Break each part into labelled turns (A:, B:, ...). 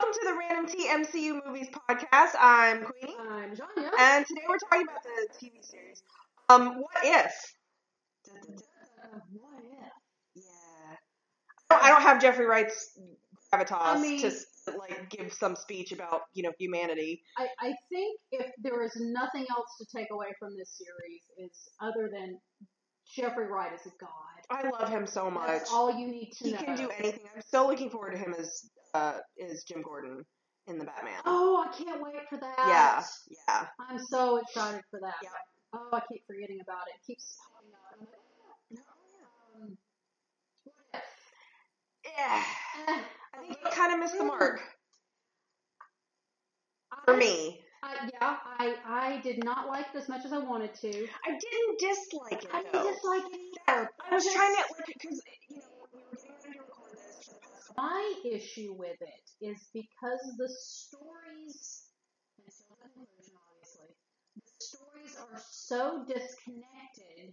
A: to the Random T MCU Movies podcast. I'm Queenie,
B: I'm Janya.
A: and today we're talking about the TV series. Um, what if? Um,
B: Uh, what if?
A: Yeah, I don't, I don't have Jeffrey Wright's gravitas
B: I mean-
A: to s- like give some speech about you know humanity.
B: I, I think if there is nothing else to take away from this series, it's other than Jeffrey Wright is a god.
A: I love him so much.
B: That's all you need to
A: He
B: know.
A: can do anything. I'm so looking forward to him as uh, as Jim Gordon in the Batman.
B: Oh, I can't wait for that.
A: Yeah, yeah.
B: I'm so excited for that.
A: Yeah.
B: Oh, I keep forgetting about it. It keeps popping up. I'm like,
A: Oh,
B: um, what
A: yeah.
B: if? Eh,
A: I think he kind of missed the mark for
B: I-
A: me.
B: I, yeah, I, I did not like it as much as I wanted to.
A: I didn't dislike it
B: I
A: though.
B: didn't dislike it
A: Yeah,
B: either.
A: I was trying to like because you know when we were getting ready to record this for the past
B: My issue with it is because the stories, and it's not the conclusion, obviously, the stories are so disconnected,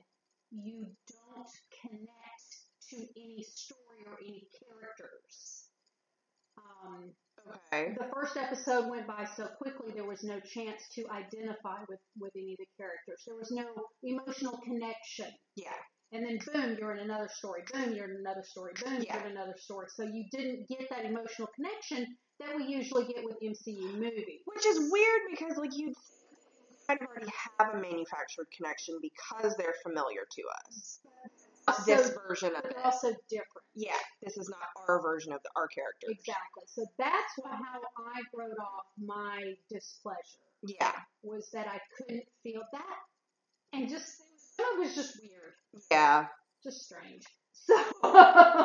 B: you don't connect to any story or any characters. Um,
A: okay.
B: the first episode went by so quickly there was no chance to identify with, with any of the characters. There was no emotional connection.
A: Yeah,
B: and then boom, you're in another story. Boom, you're in another story. Boom,
A: Yeah.
B: you're in another story. So you didn't get that emotional connection that we usually get with MCU movies.
A: which is weird because like you kind of already have a manufactured connection because they're familiar to us. this
B: So
A: version of
B: they're
A: it.
B: also different.
A: Yeah, this is not our version of the, our character.
B: Exactly. So that's why how I wrote off my displeasure
A: Yeah,
B: was that I couldn't feel that, and just it was just weird,
A: yeah,
B: just strange. So, so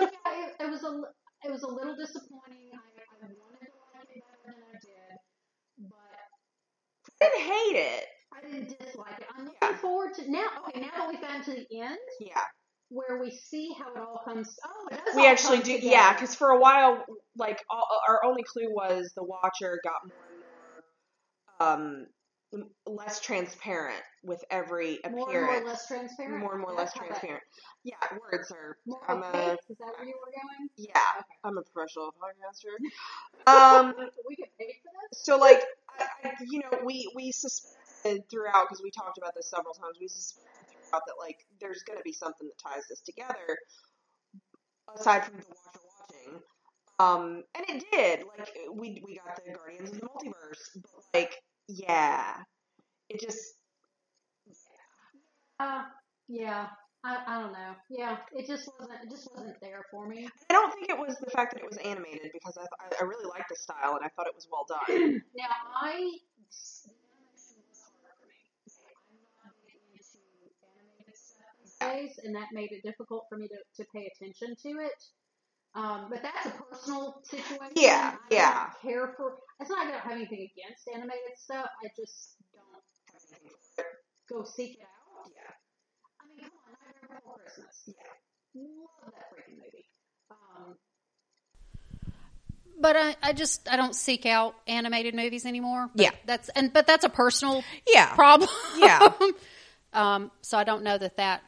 B: yeah, it, it was a li- it was a little disappointing. I, I wanted to like it better than I did, but
A: I didn't hate it.
B: I didn't dislike it. I'm looking
A: Yeah.
B: forward to now. Okay, now that we've gotten to the end
A: Yeah,
B: where we see how it all comes. Oh, it does
A: we
B: all
A: actually
B: come
A: do.
B: Together.
A: Yeah, because for a while, like all, our only clue was the Watcher got more and more, um, m- less transparent with every appearance.
B: more and more less transparent.
A: More and more less
B: That's how that-
A: transparent. Yeah, words are.
B: More
A: I'm
B: opaque.
A: a
B: Is that where you were going?
A: yeah.
B: Okay.
A: I'm a professional podcaster. Um,
B: we get paid for this.
A: so like, I, I, you know, we we suspected throughout because we talked about this several times. We suspected throughout that like there's going to be something that ties this together, aside from the watcher watching. Um, and it did. Like we we got the Guardians of the Multiverse, but like yeah, it just
B: Uh, yeah. I, I don't know. Yeah, it just wasn't. It just wasn't there for me.
A: I don't think it was the fact that it was animated because I th- I I really liked the style and I thought it was well done.
B: Now I. the animation was hard for me. I'm not big into animated stuff these days, and that made it difficult for me to, to pay attention to it. Um, but that's a personal situation.
A: Yeah,
B: I
A: yeah.
B: Don't care for. It's not that I don't have anything against animated stuff. I just don't go seek it out.
A: Yeah.
B: I mean, come on, Nightmare Before Christmas.
A: Yeah.
B: Love that freaking movie. Um,
C: But I, I just I don't seek out animated movies anymore. But
A: Yeah.
C: that's and but that's a personal
D: Yeah.
C: problem.
D: Yeah.
C: um. So I don't know that that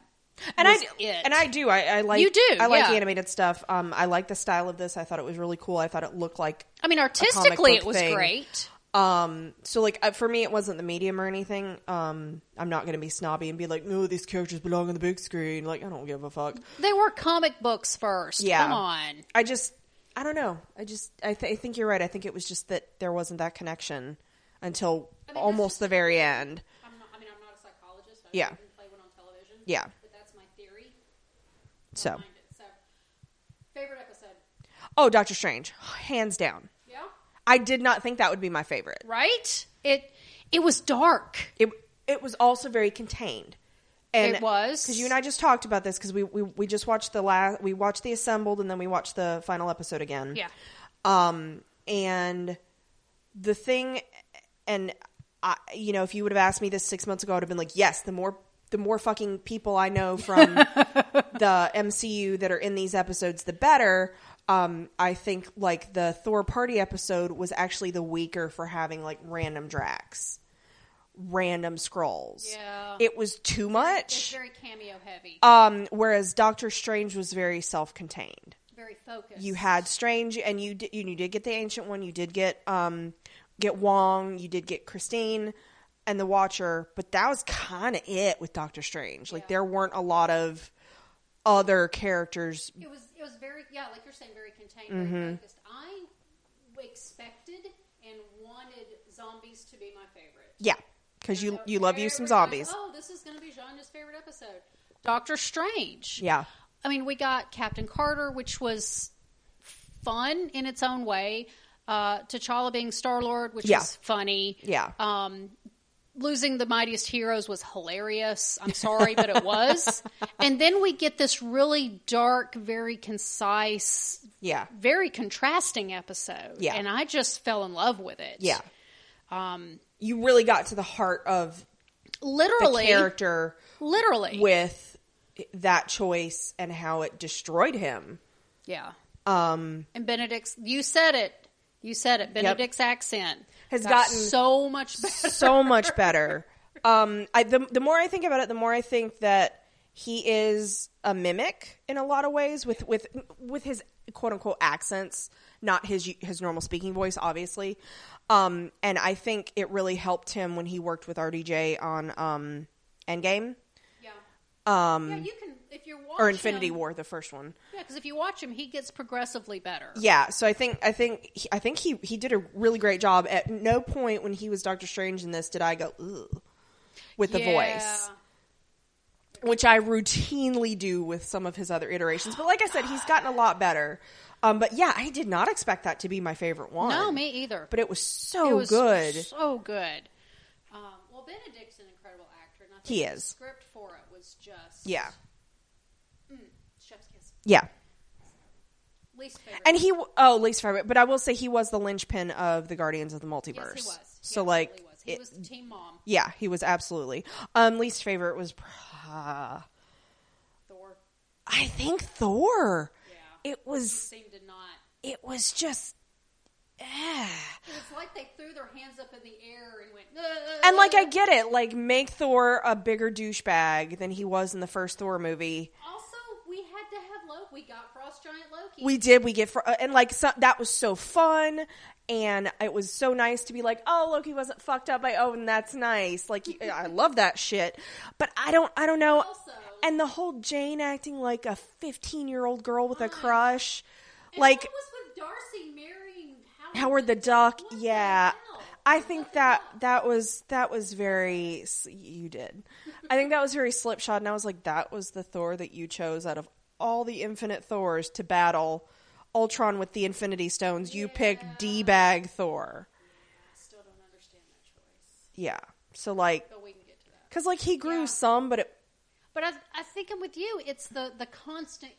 D: and I
C: was it.
D: and I do. I, I like
C: You do,
D: I like
C: yeah.
D: animated stuff. Um, I like the style of this. I thought it was really cool. I thought it looked like
C: I mean artistically
D: book
C: it was
D: thing.
C: great.
D: um. So like uh, for me, it wasn't the medium or anything. Um, I'm not gonna be snobby and be like, no, these characters belong on the big screen. Like I don't give a fuck.
C: They were comic books first.
D: Yeah.
C: Come on.
D: I just I don't know. I just I, th- I think you're right. I think it was just that there wasn't that connection until almost the very end.
C: I'm not, I mean I'm not a psychologist. I
D: Yeah. didn't
C: play one on television.
D: Yeah.
C: But that's my theory.
D: So
C: it. So favorite episode.
D: oh, Doctor Strange, hands down.
C: Yeah.
D: I did not think that would be my favorite.
C: Right. It it was dark.
D: it it was also very contained.
C: It was.
D: because you and I just talked about this because we, we we just watched the last we watched the assembled and then we watched the final episode again.
C: Yeah.
D: Um and the thing and I you know if you would have asked me this six months ago I'd have been like yes the more the more fucking people I know from the MCU that are in these episodes the better. Um, I think like the Thor party episode was actually the weaker for having like random Drax random scrolls.
C: Yeah.
D: It was too much.
C: very cameo heavy.
A: Uh,
D: Um, whereas Doctor Strange was very self contained.
B: very focused.
A: you had strange and you did, you did get the ancient one you did get um get wong you did get christine and the watcher but that was kind of it with doctor strange like
B: Yeah.
A: there weren't a lot of other characters
B: It was it was very yeah, like you're saying, very contained,
A: Mm-hmm.
B: very focused. I expected and wanted zombies to be my favorite.
A: yeah because you
B: So
A: you love you some
B: everybody's,
A: zombies
B: Oh, this is going to be Jonah's favorite episode. Doctor Strange.
A: yeah
B: I mean, we got Captain Carter, which was fun in its own way. Uh, T'Challa being Star Lord, which
A: Yeah.
B: was funny.
A: Yeah.
B: Um, losing the Mightiest Heroes was hilarious. I'm sorry, but it was. And then we get this really dark, very concise,
A: yeah
B: very contrasting episode.
A: Yeah.
B: And I just fell in love with it.
A: yeah um you really got to the heart of the
B: Literally.
A: character
B: Literally.
A: with that choice and how it destroyed him
B: yeah. Um, and Benedict's, you said it. You said it. Benedict's accent
A: Has
B: got
A: gotten
B: so much better.
A: so much better. Um, I the the more I think about it, the more I think that he is a mimic in a lot of ways with with with his quote unquote accents, not his his normal speaking voice, obviously. Um, and I think it really helped him when he worked with RDJ on um, Endgame
B: Yeah. Um, yeah, you can if you're watching
A: or Infinity War, the first one.
B: Yeah, because if you watch him, he gets progressively better.
A: Yeah, so I think I think he- I think he he did a really great job. At no point when he was Doctor Strange in this did I go Ugh, with the voice. which I routinely do with some of his other iterations. But like I said, he's gotten a lot better. Um, but yeah, I did not expect that to be my favorite one.
B: No, me either.
A: But it was so
B: it was
A: Oh, good.
B: so good. Um, well, Benedict's an incredible actor. And I think
A: He
B: the
A: is.
B: script for it was just
A: yeah,
B: chef's kiss.
A: yeah.
B: Least favorite.
A: And he w- oh, least favorite. But I will say he was the linchpin of the Guardians of the Multiverse.
B: yes, he was. He
A: So
B: absolutely
A: like,
B: was. he
A: it-
B: was the team mom.
A: yeah, he was absolutely. Um, least favorite was. Uh,
B: Thor.
A: I think Thor.
B: Yeah.
A: It was.
B: Seemed to not.
A: It was just. ah.
B: It was like they threw their hands up in the air and went. "Uh,
A: And like
B: uh,
A: I get it, like make Thor a bigger douchebag than he was in the first Thor movie.
B: Also, we had to have Loki. We got Frost Giant Loki.
A: We did, we get fr- uh, and like so, that was so fun, and it was so nice to be like, oh, Loki wasn't fucked up by Odin. That's nice. Like y- I love that shit, but I don't, I don't know.
B: Also-
A: and the whole Jane acting like a fifteen-year-old girl with a crush, like
B: what was with Darcy marrying Howard,
A: Howard the Duck.
B: What the
A: Yeah,
B: hell?
A: I
B: What
A: think
B: the
A: that
B: hell?
A: that was that was very s- you did. I think that was very slipshod, and I was like, that was the Thor that you chose out of all the infinite Thors to battle Ultron with the Infinity Stones. You picked D bag Thor.
B: I still don't understand that choice,
A: Yeah, so like,
B: but we can get to that.
A: because like he grew
B: Yeah.
A: some, but it,
B: But I, I think I'm with you. It's the the constant.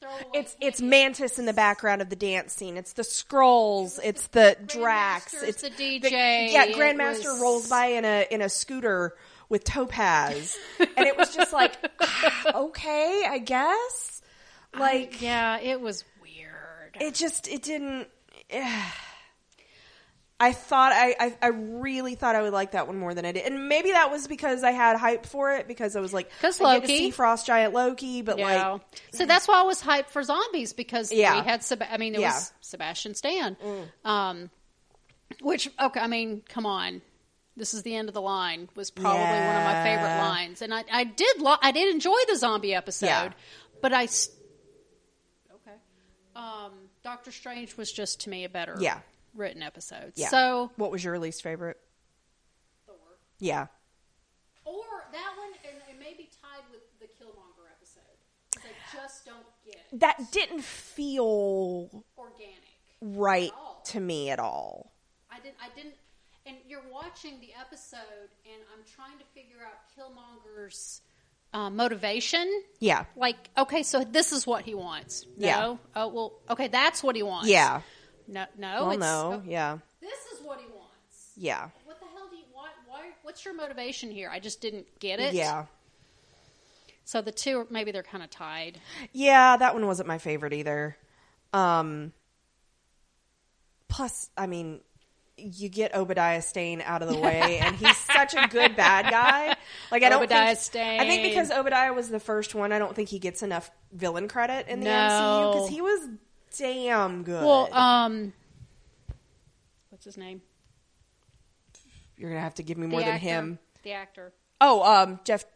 B: Throwaway
A: it's it's
B: candy.
A: Mantis in the background of the dance scene. It's the scrolls. It's the Drax.
B: Grandmaster's
A: It's
B: the DJ.
A: yeah,
B: It
A: Grandmaster
B: was-
A: rolls by in a in a scooter with topaz, and it was just like, "Ah, okay, I guess. Like
B: Yeah, it was weird.
A: it just it didn't. eh. I thought I, I I really thought I would like that one more than I did, and maybe that was because I had hype for it because I was like,
B: 'Cause
A: I get to
B: Loki.
A: see Frost Giant Loki, but
B: yeah.
A: like,
B: so that's why I was hyped for zombies because
A: Yeah.
B: we had Seb- I mean it
A: Yeah. Mm.
B: was Sebastian Stan. Um which okay, I mean, come on. This is the end of the line was probably one of my favorite
A: Yeah.
B: lines. And I, I did lo- I did enjoy the zombie episode,
A: Yeah.
B: but I s- Okay. Um Doctor Strange was just to me a better
A: Yeah.
B: written episode.
A: yeah.
B: So
A: what was your least favorite?
B: Thor.
A: Yeah,
B: Or that one and it may be tied with the Killmonger episode. 'cause I just don't get it.
A: that didn't feel
B: organic.
A: right
B: all.
A: to me at all.
B: I didn't. I didn't. And you're watching the episode, and I'm trying to figure out Killmonger's uh, motivation.
A: Yeah.
B: Like, okay, so this is what he wants. No.
A: Yeah.
B: Oh well. Okay, that's what he wants.
A: Yeah.
B: No. No.
A: Well,
B: it's,
A: no.
B: oh,
A: Yeah.
B: This is what he wants.
A: Yeah.
B: What the hell do you want? Why? What's your motivation here? I just didn't get it.
A: Yeah.
B: So the two, are, maybe they're kind of tied.
A: Yeah, that one wasn't my favorite either. Um plus, I mean, you get Obadiah Stane out of the way, and he's such a good bad guy. Like I don't
B: Obadiah
A: think, I think
B: Stane.
A: because Obadiah was the first one, I don't think he gets enough villain credit in the
B: No.
A: MCU because he was damn good.
B: Well, um, what's his name?
A: You're gonna have to give me more
B: the
A: than
B: actor,
A: him. Uh,
B: The actor.
A: Oh, um, Jeff
E: Bridges.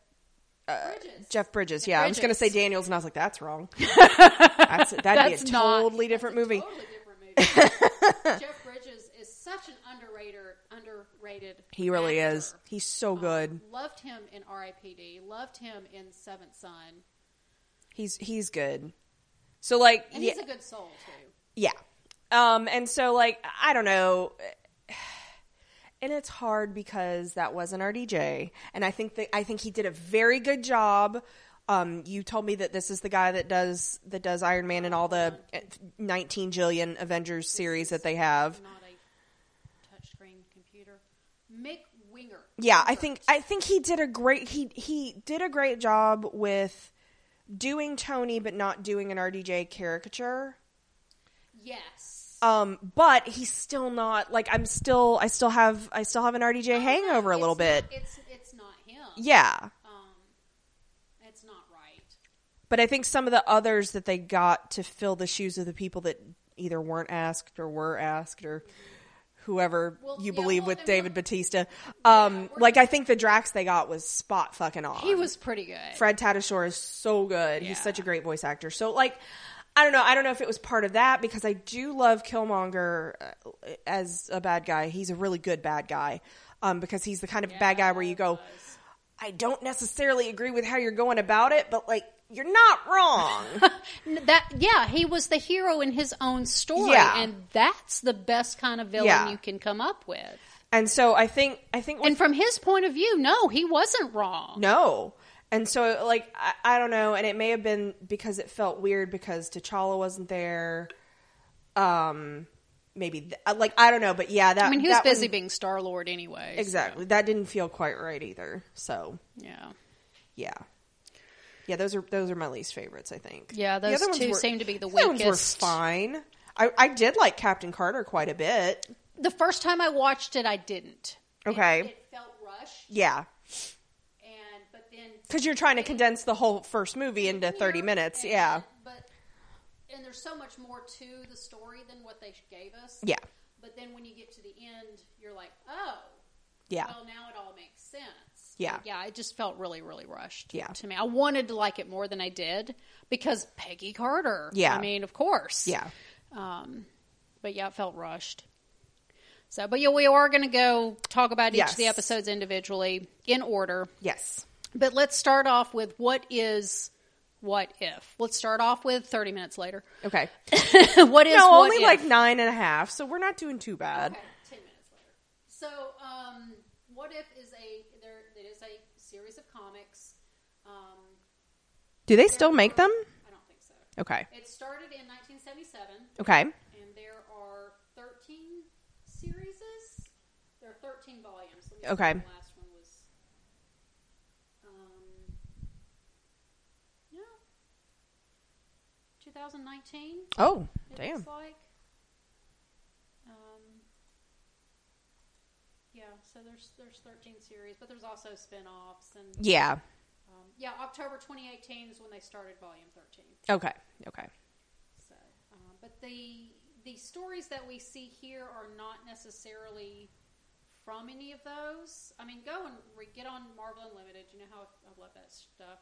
A: Jeff Bridges. Yeah, I was gonna
B: Bridges.
A: say Daniels, and I was like, that's wrong. that's that'd
B: That's
A: be a
B: not-
A: totally different movie.
B: Totally different movie. Jeff Bridges is such an underrated, underrated.
A: He really
B: actor.
A: is. He's so good.
B: Loved him in R.I.P.D. Loved him in Seventh Son,
A: He's he's good. So like
B: and
A: yeah,
B: he's a good soul too.
A: yeah. Um and so like I don't know and it's hard because that wasn't our DJ and I think that I think he did a very good job. Um you told me that this is the guy that does that does Iron Man and all the 19 jillion Avengers series that they have.
B: Not a touchscreen computer. Mick Winger.
A: Yeah, I think I think he did a great he he did a great job with doing Tony but not doing an RDJ caricature.
B: Yes.
A: Um, but he's still not like I'm still I still have I still have an RDJ hangover a
B: It's
A: little
B: not-
A: bit.
B: It's it's not him.
A: Yeah.
B: Um, it's not right.
A: But I think some of the others that they got to fill the shoes of the people that either weren't asked or were asked or whoever
B: Well,
A: you
B: yeah,
A: believe
B: well,
A: with
B: and
A: David
B: look-
A: Batista. Um
B: Yeah, we're-
A: like I think the Drax they got was spot fucking on.
B: He was pretty good.
A: Fred Tatasciore is so good. He's
B: Yeah.
A: such a great voice actor. So like, I don't know. I don't know if it was part of that because I do love Killmonger uh, as a bad guy. He's a really good bad guy um, because he's the kind of bad guy where you go, I don't necessarily agree with how you're going about it, but like. You're not wrong.
B: N- That yeah, he was the hero in his own story,
A: Yeah.
B: and that's the best kind of villain
A: Yeah.
B: you can come up with.
A: and so I think I think with
B: And from his point of view, no, he wasn't wrong.
A: No. And so, like, I, I don't know. And it may have been because it felt weird because T'Challa wasn't there. Um, maybe th- uh, like I don't know, but yeah, that.
B: I mean, he was
A: that one-
B: busy being Star Lord anyway. so,
A: exactly. That didn't feel quite right either. So
B: yeah,
A: yeah, yeah. Those are those are my least favorites. I think.
B: Yeah,
A: The
B: those
A: other ones
B: two seem to be the
A: other ones were
B: weakest.
A: fine. I, I did like Captain Carter quite a bit.
B: the first time I watched it, I didn't.
A: Okay.
B: it, it felt rushed,
A: Yeah,
B: and but then
A: because you're trying to condense the whole first movie into thirty
B: Yeah,
A: minutes.
B: and-
A: Yeah,
B: but and there's so much more to the story than what they gave us.
A: yeah,
B: But then when you get to the end, you're like, oh,
A: yeah.
B: well, now it all makes sense.
A: Yeah.
B: But yeah. It just felt really, really rushed.
A: Yeah.
B: to me, I wanted to like it more than I did because Peggy Carter.
A: Yeah.
B: I mean, of course.
A: Yeah.
B: Um, but yeah, it felt rushed. So, but yeah, we are going to go talk about each of the
A: Yes.
B: episodes individually in order.
A: Yes.
B: But let's start off with what is what if. Let's start off with 30 minutes later.
A: Okay.
B: what is
A: No,
B: what
A: only
B: if?
A: like nine and a half, so we're not doing too bad.
B: Okay, 10 minutes later. So, um, what if is a there it is a series of comics. Um,
A: Do they still make them?
B: I don't think so.
A: Okay.
B: It started in 1977
A: Okay.
B: and there are 13 series. There are 13 volumes. Let me see
A: Okay.
B: when The last one was. Um, no. 2019.
A: Oh,
B: It
A: damn.
B: Looks like. Um, yeah, so there's there's 13 series, but there's also spin-offs and
A: Yeah.
B: um, yeah, October 2018 is when they started volume 13.
A: Okay. Okay.
B: So, um, but the the stories that we see here are not necessarily from any of those. I mean, go and re- get on Marvel Unlimited. You know how I love that stuff,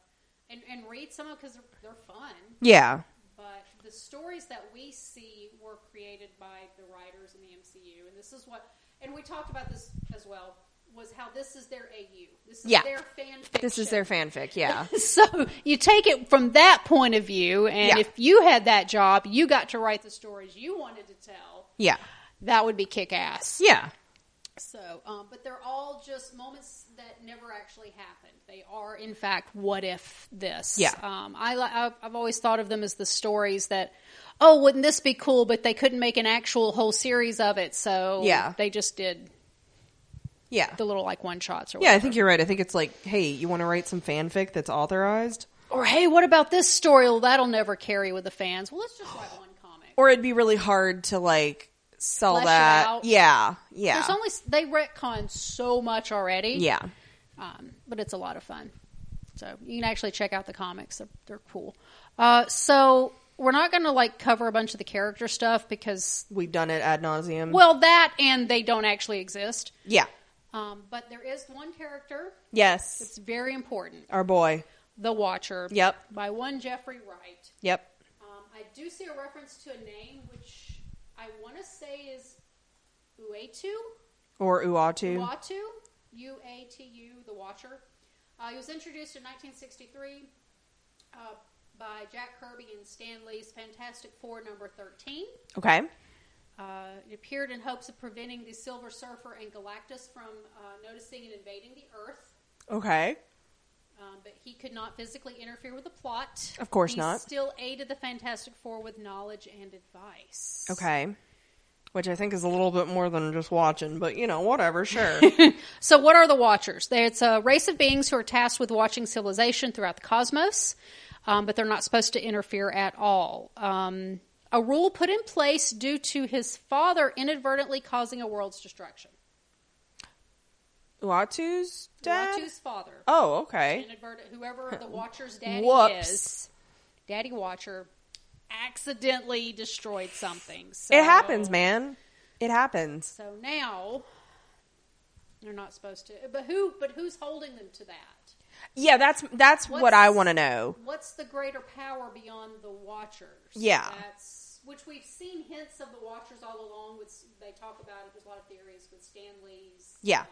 B: and and read some of because they're, they're fun.
A: Yeah.
B: But the stories that we see were created by the writers in the MCU, and this is what. And we talked about this as well. Was how this is their AU. This is
A: Yeah.
B: their fan fiction
A: This is their fanfic. Yeah.
B: so you take it from that point of view and
A: Yeah.
B: if you had that job you got to write the stories you wanted to tell
A: Yeah.
B: that would be kick-ass
A: Yeah.
B: so um, but they're all just moments that never actually happened they are in fact what if this
A: Yeah.
B: um, I, li- I've, I've always thought of them as the stories that oh wouldn't this be cool but they couldn't make an actual whole series of it so
A: Yeah.
B: they just did
A: Yeah.
B: the little like one shots or
A: Yeah,
B: whatever.
A: I think you're right. I think it's like, hey, you want to write some fanfic that's authorized?
B: or hey what about this story well that'll never carry with the fans well let's just write one comic
A: Or it'd be really hard to like sell
B: Flesh it
A: that.
B: out.
A: Yeah, yeah,
B: There's only s- they retcon so much already.
A: yeah.
B: um, but it's a lot of fun. So you can actually check out the comics; they're, they're cool. Uh, so we're not going to like cover a bunch of the character stuff because,
A: We've done it ad nauseum.
B: well, that and they don't actually exist.
A: yeah,
B: Um, but there is one character
A: yes,
B: that's very important:
A: our boy.
B: the Watcher.
A: Yep,
B: By one Jeffrey Wright.
A: yep.
B: Um, I do see a reference to a name which I want to say is Uetu.
A: Or Uatu.
B: Uatu, U A T U, the Watcher. Uh, he was introduced in 1963 uh, by Jack Kirby and Stan Lee's Fantastic Four number 13.
A: Okay.
B: Uh, it appeared in hopes of preventing the Silver Surfer and Galactus from uh, noticing and invading the Earth,
A: Okay.
B: um, but he could not physically interfere with the plot.
A: Of course
B: He
A: not.
B: Still aided the Fantastic Four with knowledge and advice.
A: Okay. Which I think is a little bit more than just watching, but you know, whatever, sure.
B: So, what are the Watchers? They- It's a race of beings who are tasked with watching civilization throughout the cosmos, um, but they're not supposed to interfere at all. Um, a rule put in place due to his father inadvertently causing a world's destruction.
A: Uatu's dad?
B: Uatu's father,
A: Oh, okay.
B: inadvertent, whoever the Watcher's daddy
A: Whoops.
B: is, Daddy Watcher, accidentally destroyed something. So,
A: It happens, man. It happens.
B: So now they're not supposed to. But who? But who's holding them to that?
A: Yeah, that's that's what
B: What's-
A: I want to know.
B: what's the greater power beyond the Watchers?
A: Yeah.
B: that's which we've seen hints of the Watchers all along. With they talk about it. There's a lot of theories with Stanley's.
A: Yeah.
B: um,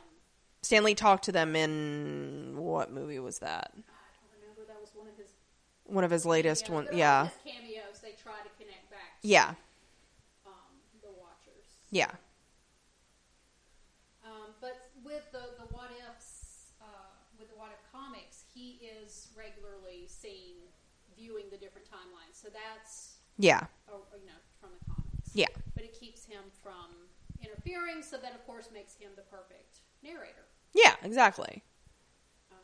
A: Stanley talked to them in what movie was that?
B: I don't remember that was one of his
A: One of his latest
B: cameos,
A: one.
B: but all
A: Yeah.
B: of his cameos. They try to connect back. To,
A: Yeah.
B: um, the Watchers.
A: Yeah.
B: Um, but with the the what ifs, uh, with the what if comics, he is regularly seen viewing the different timelines. So that's
A: Yeah.
B: or, or, Oh, you know, from the comics.
A: Yeah.
B: But it keeps him from interfering, so that of course makes him the perfect narrator.
A: Yeah, exactly.
B: Um,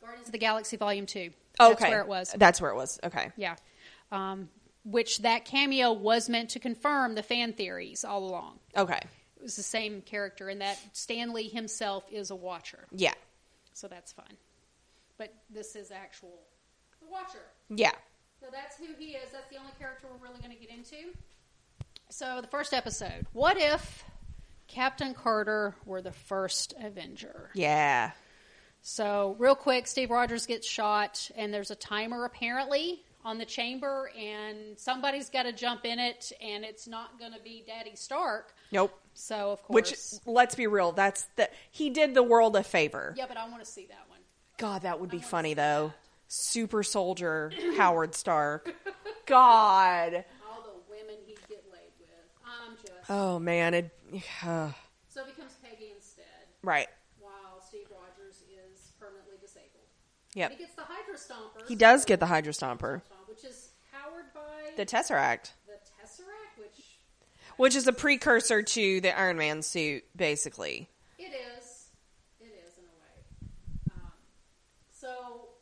B: Guardians of the Galaxy Volume Two.
A: Okay.
B: That's where it was.
A: That's where it was. Okay.
B: Yeah. Um, which that cameo was meant to confirm the fan theories all along.
A: Okay.
B: It was the same character, and that Stanley himself is a Watcher,
A: Yeah.
B: so that's fun. But this is actual the Watcher.
A: Yeah.
B: So that's who he is. That's the only character we're really going to get into. So the first episode. What if Captain Carter were the first Avenger?
A: Yeah.
B: So real quick, Steve Rogers gets shot, and there's a timer apparently on the chamber, and somebody's got to jump in it, and it's not going to be Daddy Stark.
A: Nope.
B: So of course,
A: Which let's be real, that's the he did the world a favor.
B: yeah, but I want to see that one.
A: God, that would be funny though. Super soldier Howard Stark. God.
B: All the women he'd get laid with. I'm just
A: Oh man, it uh.
B: so it becomes Peggy instead.
A: right.
B: while Steve Rogers is permanently disabled.
A: Yep.
B: And he gets the Hydra Stomper.
A: He does get the Hydra Stomper.
B: Which is powered by
A: The
B: the,
A: Tesseract.
B: Tesseract, which
A: Which is a precursor to the Iron Man suit, basically.
B: it is. It is, in a way. Um, so,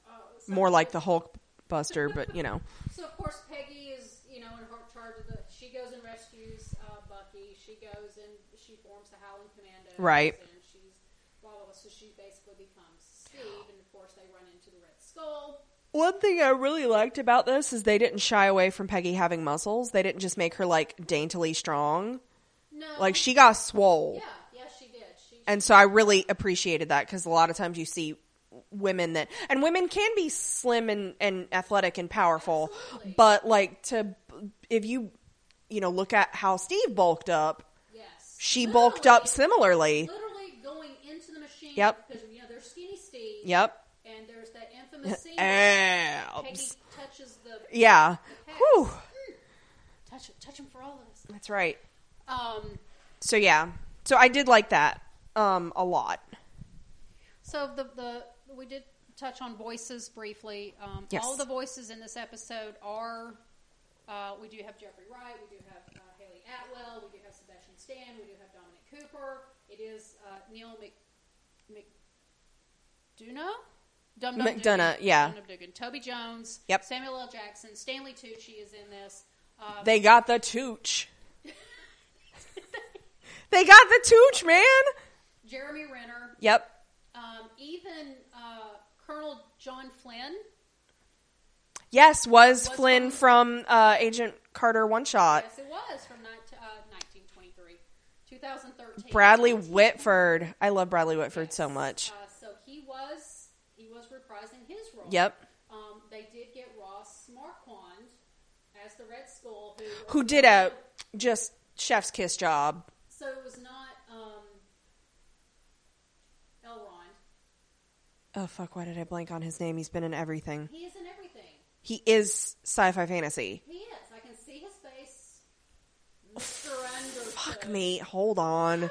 B: uh, so.
A: More like the Hulk Buster, but you know.
B: So, of course, Peggy is, you know, in her charge of the. She goes and rescues uh, Bucky. She goes and she forms the Howling Commando.
A: Right.
B: And she's. Blah, blah, blah. So she basically becomes Steve, and of course, they run into the Red Skull.
A: One thing I really liked about this is they didn't shy away from Peggy having muscles. They didn't just make her like daintily strong.
B: No.
A: Like she got swole.
B: Yeah, yeah, she did. She,
A: And so I really appreciated that because a lot of times you see women that, and women can be slim and, and athletic and powerful,
B: Absolutely.
A: but like to, if you, you know, look at how Steve bulked up,
B: Yes.
A: she bulked up similarly.
B: Literally going into the machine.
A: Yep.
B: Because you know there's skinny Steve.
A: Yep.
B: And there's that infamous scene. where Peggy
A: Abs.
B: touches the
A: Yeah.
B: pecs. Mm.
A: Whew.
B: touch touch him for all of us.
A: That's right.
B: Um.
A: So yeah. So I did like that, um, a lot.
B: So the the we did touch on voices briefly. Um,
A: Yes.
B: All the voices in this episode are. Uh, we do have Jeffrey Wright. We do have uh, Haley Atwell. We do have Sebastian Stan. We do have Dominic Cooper. It is uh, Neil Mc McDonough. Dum Dum
A: McDonough,
B: Dugan.
A: yeah.
B: Dum Dum Dugan. Toby Jones.
A: Yep.
B: Samuel L. Jackson. Stanley Tucci is in this. Uh,
A: They got the tooch. They got the tooch, man.
B: Jeremy Renner,
A: Yep.
B: um, even uh, Colonel John Flynn.
A: Yes, was,
B: Was
A: Flynn from uh, Agent Carter one shot.
B: Yes, it was from 19, uh, 1923, 2013.
A: Bradley Whitford. I love Bradley Whitford so much.
B: Uh, so he was he was reprising his role.
A: Yep.
B: Um, they did get Ross Marquand as the Red Skull, who
A: Who did a just chef's kiss job.
B: So it was not um, Elrond.
A: Oh fuck, why did I blank on his name? He's been in everything.
B: He is in everything.
A: He is sci-fi fantasy.
B: He is. I can see his face. Mr. Anderson.
A: Fuck me. Hold on.
B: Oh, What is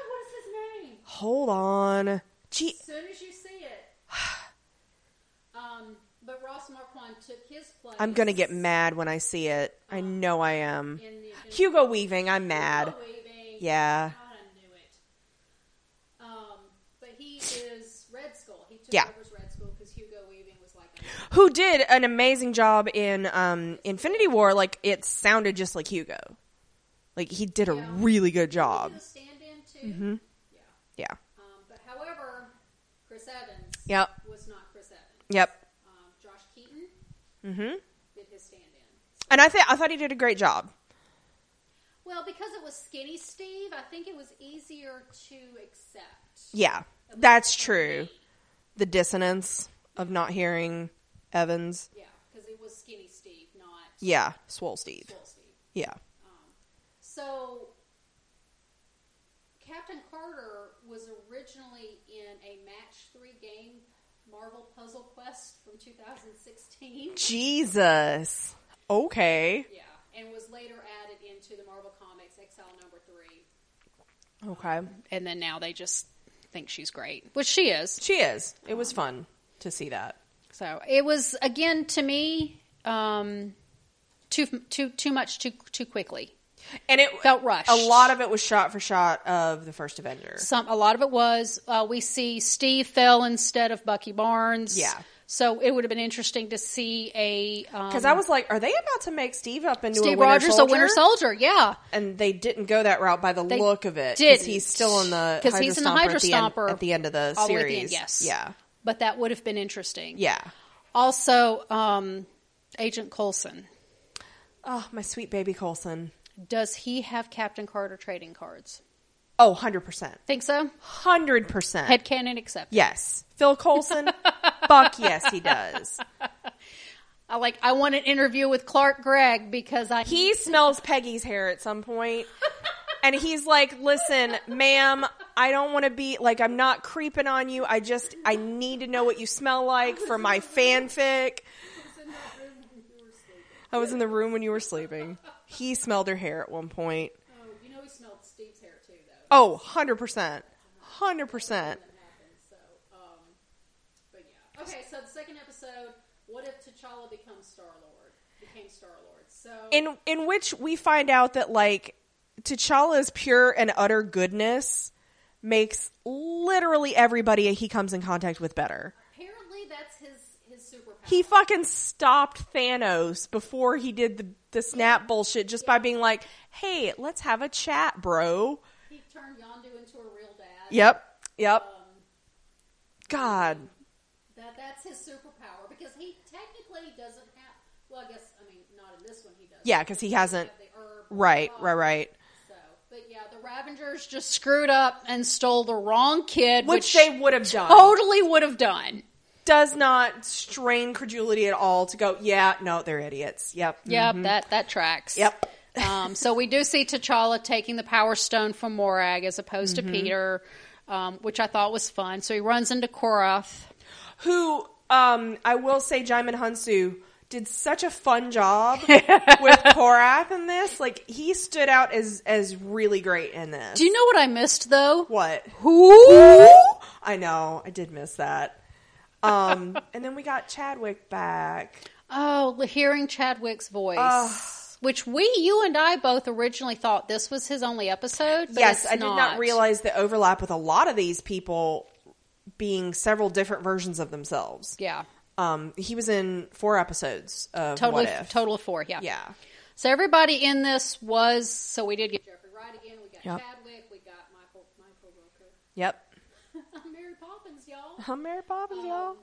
B: his name?
A: Hold on. Gee,
B: As soon as you see it. Um, but Ross Marquand took his place.
A: I'm gonna get mad when I see it. I know I am.
B: in the Avengers.
A: Hugo Weaving, I'm mad.
B: Hugo Weaving.
A: Yeah.
B: God, I knew it. Um, but he is Red Skull. He took
A: Yeah.
B: over as Red Skull because Hugo Weaving was like, a-
A: Who did an amazing job in um, Infinity War? Like it sounded just like Hugo. Like he did a
B: Yeah.
A: really good
B: he
A: job.
B: was a stand-in too.
A: Mm-hmm.
B: Yeah.
A: Yeah.
B: Um, but however, Chris Evans
A: Yep.
B: was not Chris Evans.
A: Yep.
B: Um, Josh Keaton
A: Mhm.
B: did his stand-in.
A: And I think I thought he did a great job.
B: Well, because it was Skinny Steve, I think it was easier to accept.
A: Yeah, that's true. The dissonance of not hearing Evans.
B: Yeah, because it was Skinny Steve, not
A: Yeah, Swole Steve.
B: Swole Steve.
A: Yeah.
B: Um, so Captain Carter was originally in a match three game Marvel Puzzle Quest from 2016.
A: Jesus. Okay.
B: Yeah, and was later added into the Marvel Comics Exile number three.
A: Okay.
B: And then now they just think she's great, which she is.
A: She is. It was fun to see that.
B: So it was again to me um, too too too much too too quickly.
A: And it
B: Felt rushed.
A: A lot of it was shot for shot of the first Avenger.
B: Some a lot of it was uh, we see Steve fell instead of Bucky Barnes.
A: Yeah.
B: So it would have been interesting to see a um,
A: Because I was like, are they about to make Steve up into a
B: Steve
A: Winter
B: Rogers
A: Soldier?
B: a Winter Soldier. Yeah.
A: And they didn't go that route by the
B: They
A: look of it.
B: didn't.
A: he's still in the
B: 'Cause he's in the
A: Hydra
B: Hydra
A: Stomper
B: Stomper
A: at the end, at the end of the
B: all the way
A: series.
B: at the end, yes.
A: Yeah.
B: But that would have been interesting.
A: Yeah.
B: Also, um, Agent Coulson.
A: Oh, my sweet baby Colson.
B: Does he have Captain Carter trading cards?
A: Oh, 100%.
B: Think so?
A: 100%.
B: Headcanon accepted.
A: Yes. Phil Colson? Fuck yes, he does.
B: I like I want an interview with Clark Gregg because I
A: He smells Peggy's hair at some point, And he's like, listen, ma'am, I don't want to be like, I'm not creeping on you. I just, I need to know what you smell like for my fanfic. I was in the room when you were sleeping. He smelled her hair at one point.
B: Oh, you know he smelled Steve's hair too though.
A: Oh, 100%. 100%.
B: That happened, so um but yeah. Okay, so the second episode, what if T'Challa becomes Star Lord? Became Star Lord. So
A: in in which we find out that like T'Challa's pure and utter goodness makes literally everybody he comes in contact with better.
B: apparently that's his his superpower.
A: He fucking stopped Thanos before he did the, the snap bullshit just by being like, "Hey, let's have a chat, bro."
B: he turned Yondu into a real dad.
A: Yep. Yep. God.
B: That that's his superpower because he technically doesn't have well, I guess I mean not in this one he does.
A: Yeah, cuz he hasn't
B: Have the herb
A: right, right, right.
B: So, but yeah, the Ravengers just screwed up and stole the wrong kid,
A: Which
B: which,
A: they would have done.
B: totally would have done.
A: Does not strain credulity at all to go, "Yeah, no, they're idiots." Yep.
B: Yep, that that tracks.
A: Mm-hmm. Yep.
B: um, so we do see T'Challa taking the Power Stone from Morag as opposed
A: Mm-hmm.
B: to Peter, um, which I thought was fun. So he runs into Korath.
A: who um, I will say Jaimin Hunsu did such a fun job with Korath in this. Like he stood out as as really great in this.
B: Do you know what I missed though?
A: what?
B: Who?
A: I know, I did miss that. Um, and then we got Chadwick back.
B: Oh, l- hearing Chadwick's voice.
A: Ugh.
B: which we, you and I both originally thought this was his only episode. But
A: yes,
B: it's
A: I did not. realize the overlap with a lot of these people being several different versions of themselves.
B: Yeah,
A: Um, he was in four episodes of
B: totally,
A: What If.
B: total of four.
A: Yeah.
B: So everybody in this was so we did get Jeffrey Wright again. We got
A: Yep.
B: Chadwick. We got Michael
A: Yep.
B: I'm Mary Poppins, y'all.
A: I'm Mary Poppins, y'all.
B: Um,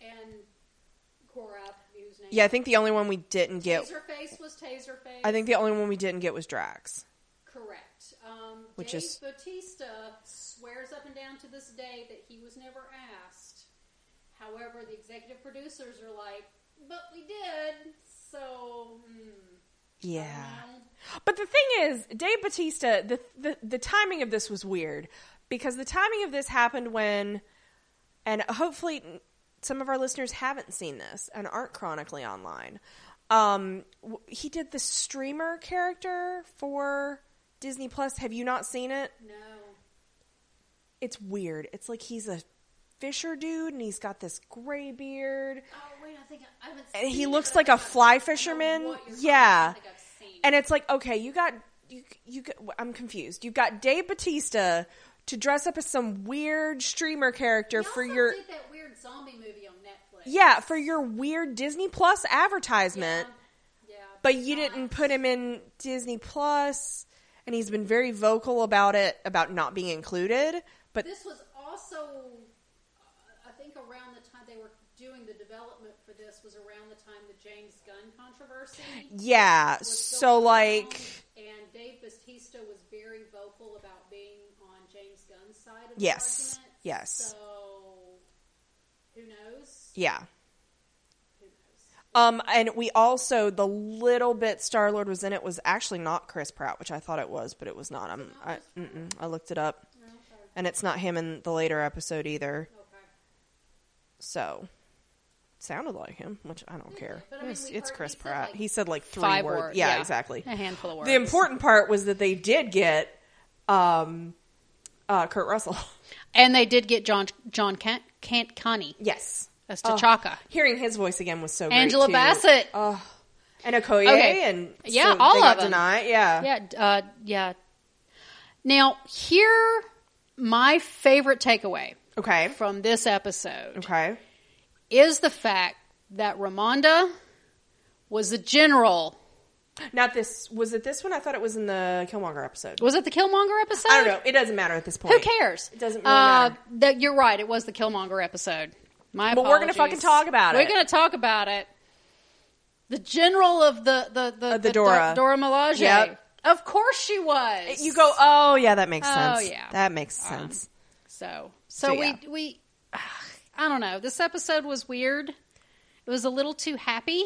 B: and Korath, whose name?
A: Yeah, I think the only one we didn't get.
B: Taserface was Taserface.
A: I think the only one we didn't get was Drax.
B: correct. Um,
A: Which
B: Dave
A: is-
B: Bautista swears up and down to this day that he was never asked. However, the executive producers are like, "But we did." So, hmm, I don't
A: Yeah.
B: know.
A: But the thing is, Dave Batista, the, the the timing of this was weird because the timing of this happened when, and hopefully some of our listeners haven't seen this and aren't chronically online. Um, w- he did the streamer character for Disney Plus. Have you not seen it?
B: no.
A: It's weird. It's like he's a fisher dude and he's got this gray beard
B: Oh wait, I think I- I haven't.
A: and
B: seen
A: he
B: it,
A: looks
B: but I
A: like a
B: think I've-
A: fly
B: I know
A: fisherman.
B: what you're talking
A: Yeah.
B: about. I think I've seen
A: And it's like, okay, you got you you got- I'm confused. You've got Dave Batista to dress up as some weird streamer character
B: He
A: for
B: also
A: your
B: did that weird zombie movie on Netflix.
A: yeah, for your weird Disney Plus advertisement,
B: Yeah.
A: but you didn't put him in Disney Plus and he's been very vocal about it about not being included, but
B: This was also, uh, I think, around the time they were doing the development for this was around the time the James Gunn controversy.
A: yeah,
B: was
A: so
B: going
A: like
B: on, and Dave Bautista was very vocal about being on James Gunn's side of the
A: Yes.
B: argument.
A: Yes.
B: So who knows?
A: yeah.
B: Who knows?
A: Um, and we also the little bit Star Lord was in it was actually not Chris Pratt, which I thought it was, but it was not. I'm, I, mm-mm, I looked it up,
B: No, okay.
A: and it's not him in the later episode either.
B: Okay.
A: So, sounded like him, which I don't care.
B: But I mean,
A: it's
B: we
A: it's
B: heard-
A: Chris
B: he said,
A: Pratt.
B: like,
A: he said like three
F: Five
A: words.
F: words.
A: yeah, exactly.
F: A handful of words.
A: The important part was that they did get, um, uh, Kurt Russell.
F: and they did get John John Kent, Kent Connie
A: yes,
F: as
A: Oh,
F: T'Chaka.
A: hearing his voice again was so.
F: Angela
A: great too.
F: Bassett.
A: Oh, and Okoye
F: Okay.
A: and
F: Yeah,
A: so
F: all
A: they got
F: of 'em.
A: denied. Yeah,
F: Yeah, d- uh, yeah. Now here, my favorite takeaway
A: Okay.
F: from this episode
A: Okay.
F: is the fact that Ramonda was the general.
A: Not this. Was it this one? I thought it was in the Killmonger episode.
F: Was it the Killmonger episode?
A: I don't know. It doesn't matter at this point.
F: Who cares? Uh,
A: It doesn't really matter.
F: That you're right. It was the Killmonger episode. My
A: But we're gonna
F: apologies.
A: fucking talk about it.
F: We're going to talk about it. The general of the the the,
A: the Dora.
F: Dora Milaje.
A: Yep.
F: Of course she was.
A: You go. Oh yeah, that makes
F: Oh,
A: sense.
F: yeah.
A: that makes sense.
F: So so,
A: So,
F: we
A: yeah.
F: we I don't know. This episode was weird. It was a little too happy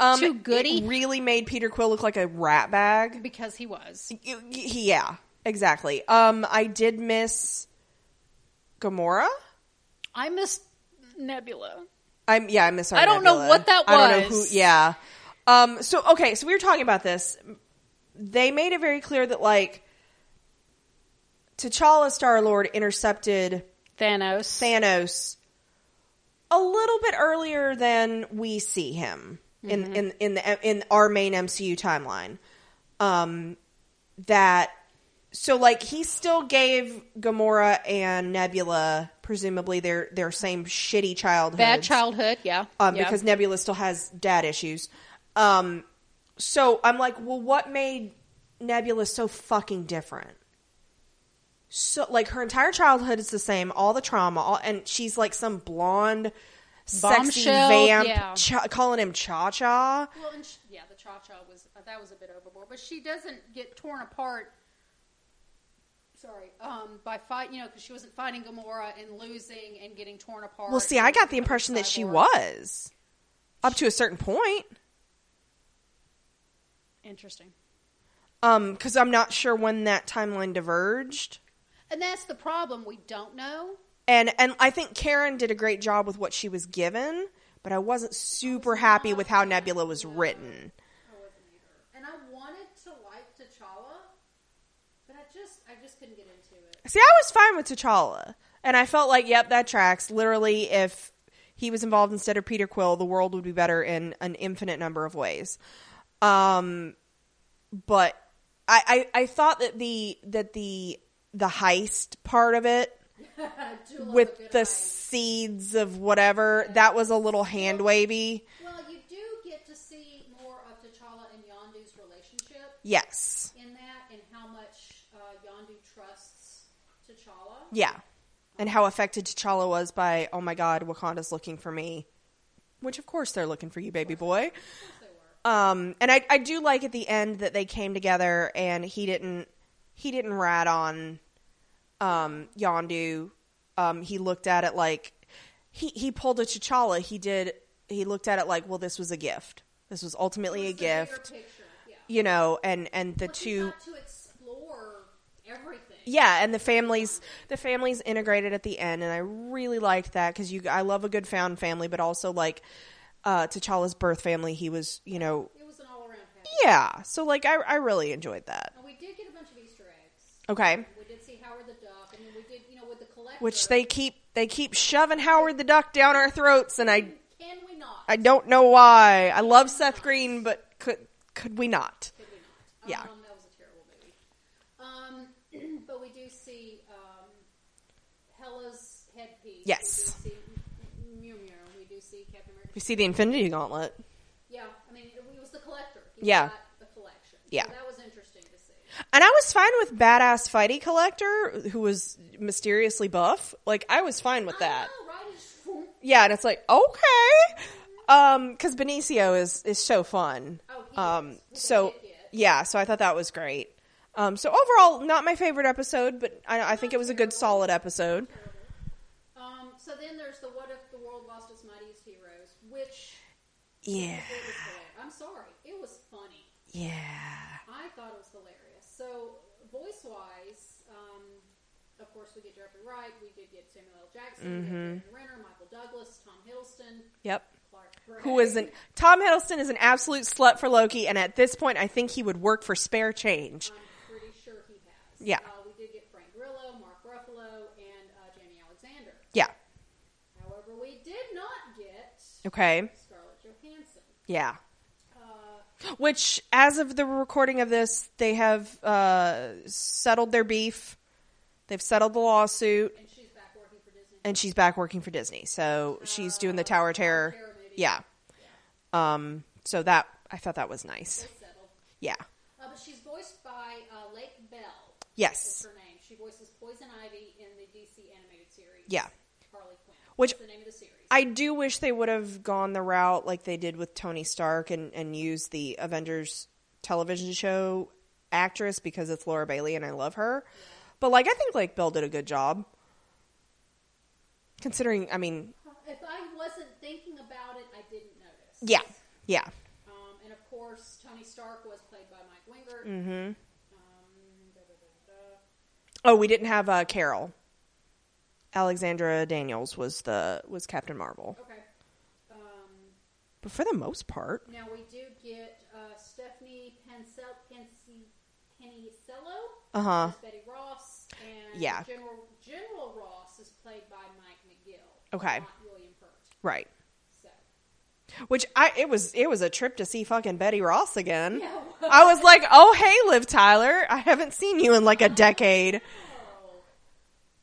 A: Um,
F: too goody?
A: It really made Peter Quill look like a rat bag.
F: because he was.
A: You- y- Yeah, exactly. Um, I did miss Gamora.
F: I miss Nebula.
A: I'm yeah, I miss. our
F: I don't know
A: Nebula.
F: what that
A: I don't know who.
F: was.
A: Yeah. Um. So okay. So we were talking about this. They made it very clear that like T'Challa, Star Lord, intercepted
F: Thanos.
A: Thanos a little bit earlier than we see him
F: Mm-hmm.
A: in in in the, in our main MCU timeline. Um, that so like he still gave Gamora and Nebula presumably their their same shitty childhood
F: Bad childhood, yeah.
A: um,
F: yeah.
A: because Nebula still has dad issues. Um, so I'm like, well, what made Nebula so fucking different? So like her entire childhood is the same, all the trauma, all, and she's like some blonde, sexy
F: Bombshell,
A: vamp,
F: yeah.
A: cha- calling him Cha Cha.
B: Well, and sh yeah, the cha cha was uh, that was a bit overboard, but she doesn't get torn apart. Sorry, um, by fight, you know, because she wasn't fighting Gamora and losing and getting torn apart.
A: Well, see, I got the
B: and
A: impression that she
B: Cyborg.
A: was up to a certain point.
F: Interesting.
A: Um, because I'm not sure when that timeline diverged.
B: and that's the problem. We don't know.
A: and and I think Karen did a great job with what she was given, but I wasn't super happy with how Nebula was written.
B: I wasn't either, and I wanted to like T'Challa, but I just I just couldn't get into it.
A: See, I was fine with T'Challa, and I felt like, yep, that tracks. Literally, if he was involved instead of Peter Quill, the world would be better in an infinite number of ways. Um, but I I, I thought that the that the the heist part of it
B: I do love a
A: with
B: good
A: the
B: ice.
A: seeds of whatever that was a little hand wavy.
B: well, you do get to see more of T'Challa and Yondu's relationship.
A: Yes.
B: in that and how much uh, Yondu trusts T'Challa.
A: Yeah. And how affected T'Challa was by, oh my god, Wakanda's looking for me. Which, of course, they're looking for you, baby boy. Um, and I, I do like at the end that they came together and he didn't he didn't rat on um, Yondu. Um, he looked at it like he, he pulled a T'Challa. He did he looked at it like, well, this was a gift. This was ultimately a
B: It's the bigger
A: gift,
B: picture, yeah.
A: you know. And and the
B: Well, she
A: two
B: got to explore everything.
A: yeah and the families the families integrated at the end and i really liked that because you i love a good found family but also like uh t'challa's birth family he was you know
B: It was an all around package.
A: yeah so like i, I really enjoyed that
B: And we did get a bunch of Easter eggs.
A: okay
B: We did see Howard the Duck, and then we did, you know, with the collector.
A: which they keep they keep shoving howard the duck down our throats and i
B: can we not?
A: i don't know why i love seth green but could could we not
B: Could we not?
A: Yeah.
B: Um, that was a terrible movie. Um, but we do see um, Hela's headpiece.
A: Yes.
B: We do see Mew Mew. We do see Captain America.
A: we see the infinity gauntlet
B: Yeah, I mean, it, was the collector. He
A: Yeah.
B: got the collection.
A: Yeah.
B: So that was interesting to see.
A: And I was fine with badass fighty collector who was mysteriously buff. Like I was fine with that.
B: Oh, right. It's oh,
A: Yeah, and it's like okay, um, because Benicio is is so fun.
B: Oh, he
A: Um,
B: is. He's a
A: so
B: good kid.
A: yeah, so I thought that was great. Um, so overall, not my favorite episode, but I, I think it was a good solid episode.
B: Um, so then there's the what if the world lost its mightiest heroes, which
A: Yeah,
B: it was hilarious. I'm sorry, it was funny.
A: yeah,
B: I thought it was hilarious. So voice wise, um, of course we get Jeffrey Wright, we did get Samuel L. Jackson,
A: Mm-hmm.
B: we get Jeremy Renner, Michael Douglas, Tom Hiddleston,
A: yep.
B: Clark Gregg.
A: Who is an Tom Hiddleston is an absolute slut for Loki, and at this point, I think he would work for spare change.
B: I'm pretty sure he has.
A: Yeah.
B: Uh, we did get Frank Grillo, Mark Ruffalo, and uh, Jamie Alexander.
A: Yeah.
B: However, we did not get
A: Okay.
B: Scarlett Johansson.
A: Yeah.
B: Uh,
A: Which, as of the recording of this, they have uh, settled their beef. They've settled the lawsuit,
B: and she's back working for Disney.
A: and she's back working for Disney. So she's doing the Tower of Terror.
B: Terror movie.
A: Yeah. Um. So that I thought that was nice.
B: It's settled.
A: Yeah.
B: Uh, but she's voiced by uh, Lake Bell. Is
A: Yes.
B: her name? She voices Poison Ivy in the DC animated series.
A: Yeah.
B: Harley Quinn.
A: Which-
B: That's the name of the series?
A: I do wish they would have gone the route like they did with Tony Stark and and used the Avengers television show actress because it's Laura Bailey and I love her. But like I think like Bill did a good job. Considering, I mean,
B: if I wasn't thinking about it, I didn't notice.
A: Yeah, yeah,
B: Um, and of course, Tony Stark was played by Mike Winger. Mm-hmm. Um, da, da, da, da.
A: Oh, we didn't have uh, Carol. Alexandra Daniels was the was Captain Marvel,
B: Okay. Um,
A: but for the most part,
B: now we do get uh, Stephanie Pensel Pensi Penicello.
A: uh huh.
B: is Betty Ross and
A: Yeah.
B: General General Ross is played by Mike McGill.
A: Okay.
B: Not William Hurt.
A: Right.
B: So
A: Which I it was it was a trip to see fucking Betty Ross again.
B: Yeah.
A: I was like, oh hey, Liv Tyler, I haven't seen you in like a decade.
B: Oh.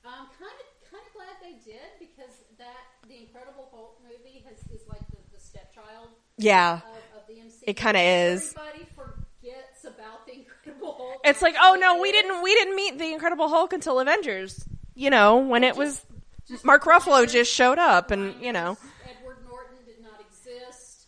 B: I'm kind of kind of glad they did because that the Incredible Hulk movie has is like the, the stepchild
A: Yeah,
B: of, of the MCU.
A: it kind of is.
B: Everybody forgets about the Incredible Hulk.
A: It's like, oh no, we didn't we didn't meet the Incredible Hulk until Avengers. You know when it was Mark Ruffalo just showed up, and you know,
B: Edward Norton did not exist.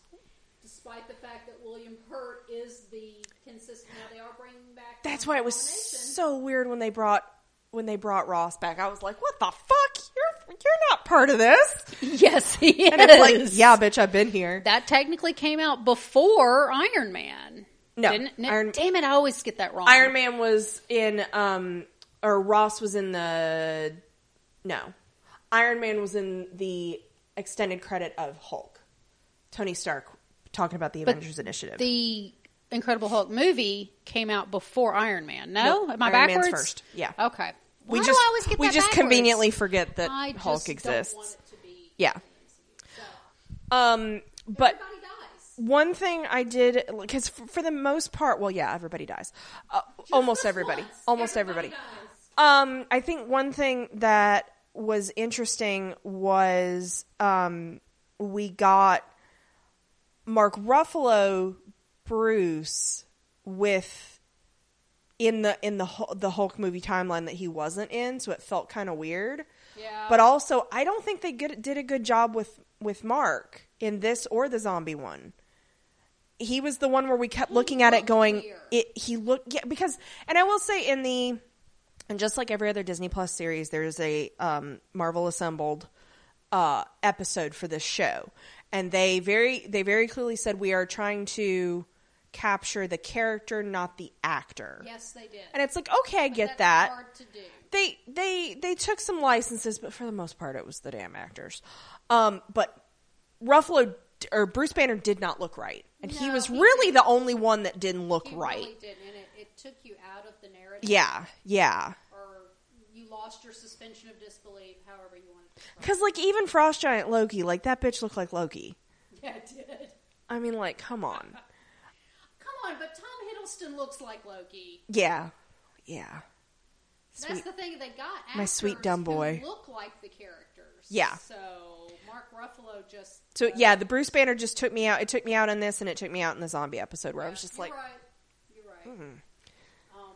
B: Despite the fact that William Hurt is the consistent, now they are bringing back.
A: That's
B: um,
A: why it was
B: Abomination.
A: so weird when they brought when they brought Ross back. I was like, "What the fuck? You're you're not part of this."
F: Yes, he is.
A: And it's like, "Yeah, bitch, I've been here."
F: That technically came out before Iron Man.
A: No,
F: Didn't it?
A: Iron-
F: damn it! I always get that wrong.
A: Iron Man was in um or Ross was in the no. Iron Man was in the extended credit of Hulk. Tony Stark talking about the Avengers Initiative.
F: The Incredible Hulk movie came out before Iron Man. No,
A: Nope.
F: am I
A: Iron Man's
F: backwards?
A: first. Yeah.
F: Okay.
A: we
F: Why do
A: just
F: I always get
A: we
F: that
A: just
F: backwards?
A: conveniently forget that
F: I
A: Hulk
F: just don't
A: exists.
B: don't want it to be.
A: yeah.
B: So,
A: Um but
B: everybody dies.
A: One thing I did because for, for the most part, well, yeah, everybody dies. Uh, almost
B: Just
A: everybody,
B: once,
A: almost everybody.
B: dies.
A: Um, I think one thing that was interesting was um, we got Mark Ruffalo Bruce with in the in the Hul- the Hulk movie timeline that he wasn't in, so it felt kind of weird.
B: Yeah.
A: But also, I don't think they good, did a good job with with Mark in this or the zombie one. He was the one where we kept looking at it,
B: looked
A: going,
B: weird.
A: "It." He looked yeah because, and I will say in the, and just like every other Disney Plus series, there's a um, Marvel assembled uh, episode for this show, and they very they very clearly said we are trying to capture the character, not the actor.
B: yes, they did.
A: And it's like, okay, I get
B: That's
A: that
B: hard to do.
A: they they they took some licenses, but for the most part, it was the damn actors. Um, but Ruffalo d- or Bruce Banner did not look right, and he
B: No,
A: was
B: he
A: really the only one that didn't look
B: He
A: right.
B: really didn't, and it, it took you out of the narrative.
A: Yeah, yeah.
B: Or you lost your suspension of disbelief, however you want to describe
A: Because like even Frost Giant Loki, like that bitch looked like Loki.
B: it. Yeah, it did.
A: I mean, like, come on.
B: Come on, but Tom Hiddleston looks like Loki.
A: Yeah, yeah,
B: That's
A: Sweet.
B: the thing they got.
A: My sweet
B: actors
A: dumb
B: who
A: boy.
B: Look like the characters.
A: Yeah.
B: So Mark Ruffalo just. uh,
A: So yeah, the Bruce Banner just took me out. It took me out in this, and it took me out in the zombie episode where I was just
B: you're
A: like, mm-hmm.
B: right. You're right. Um,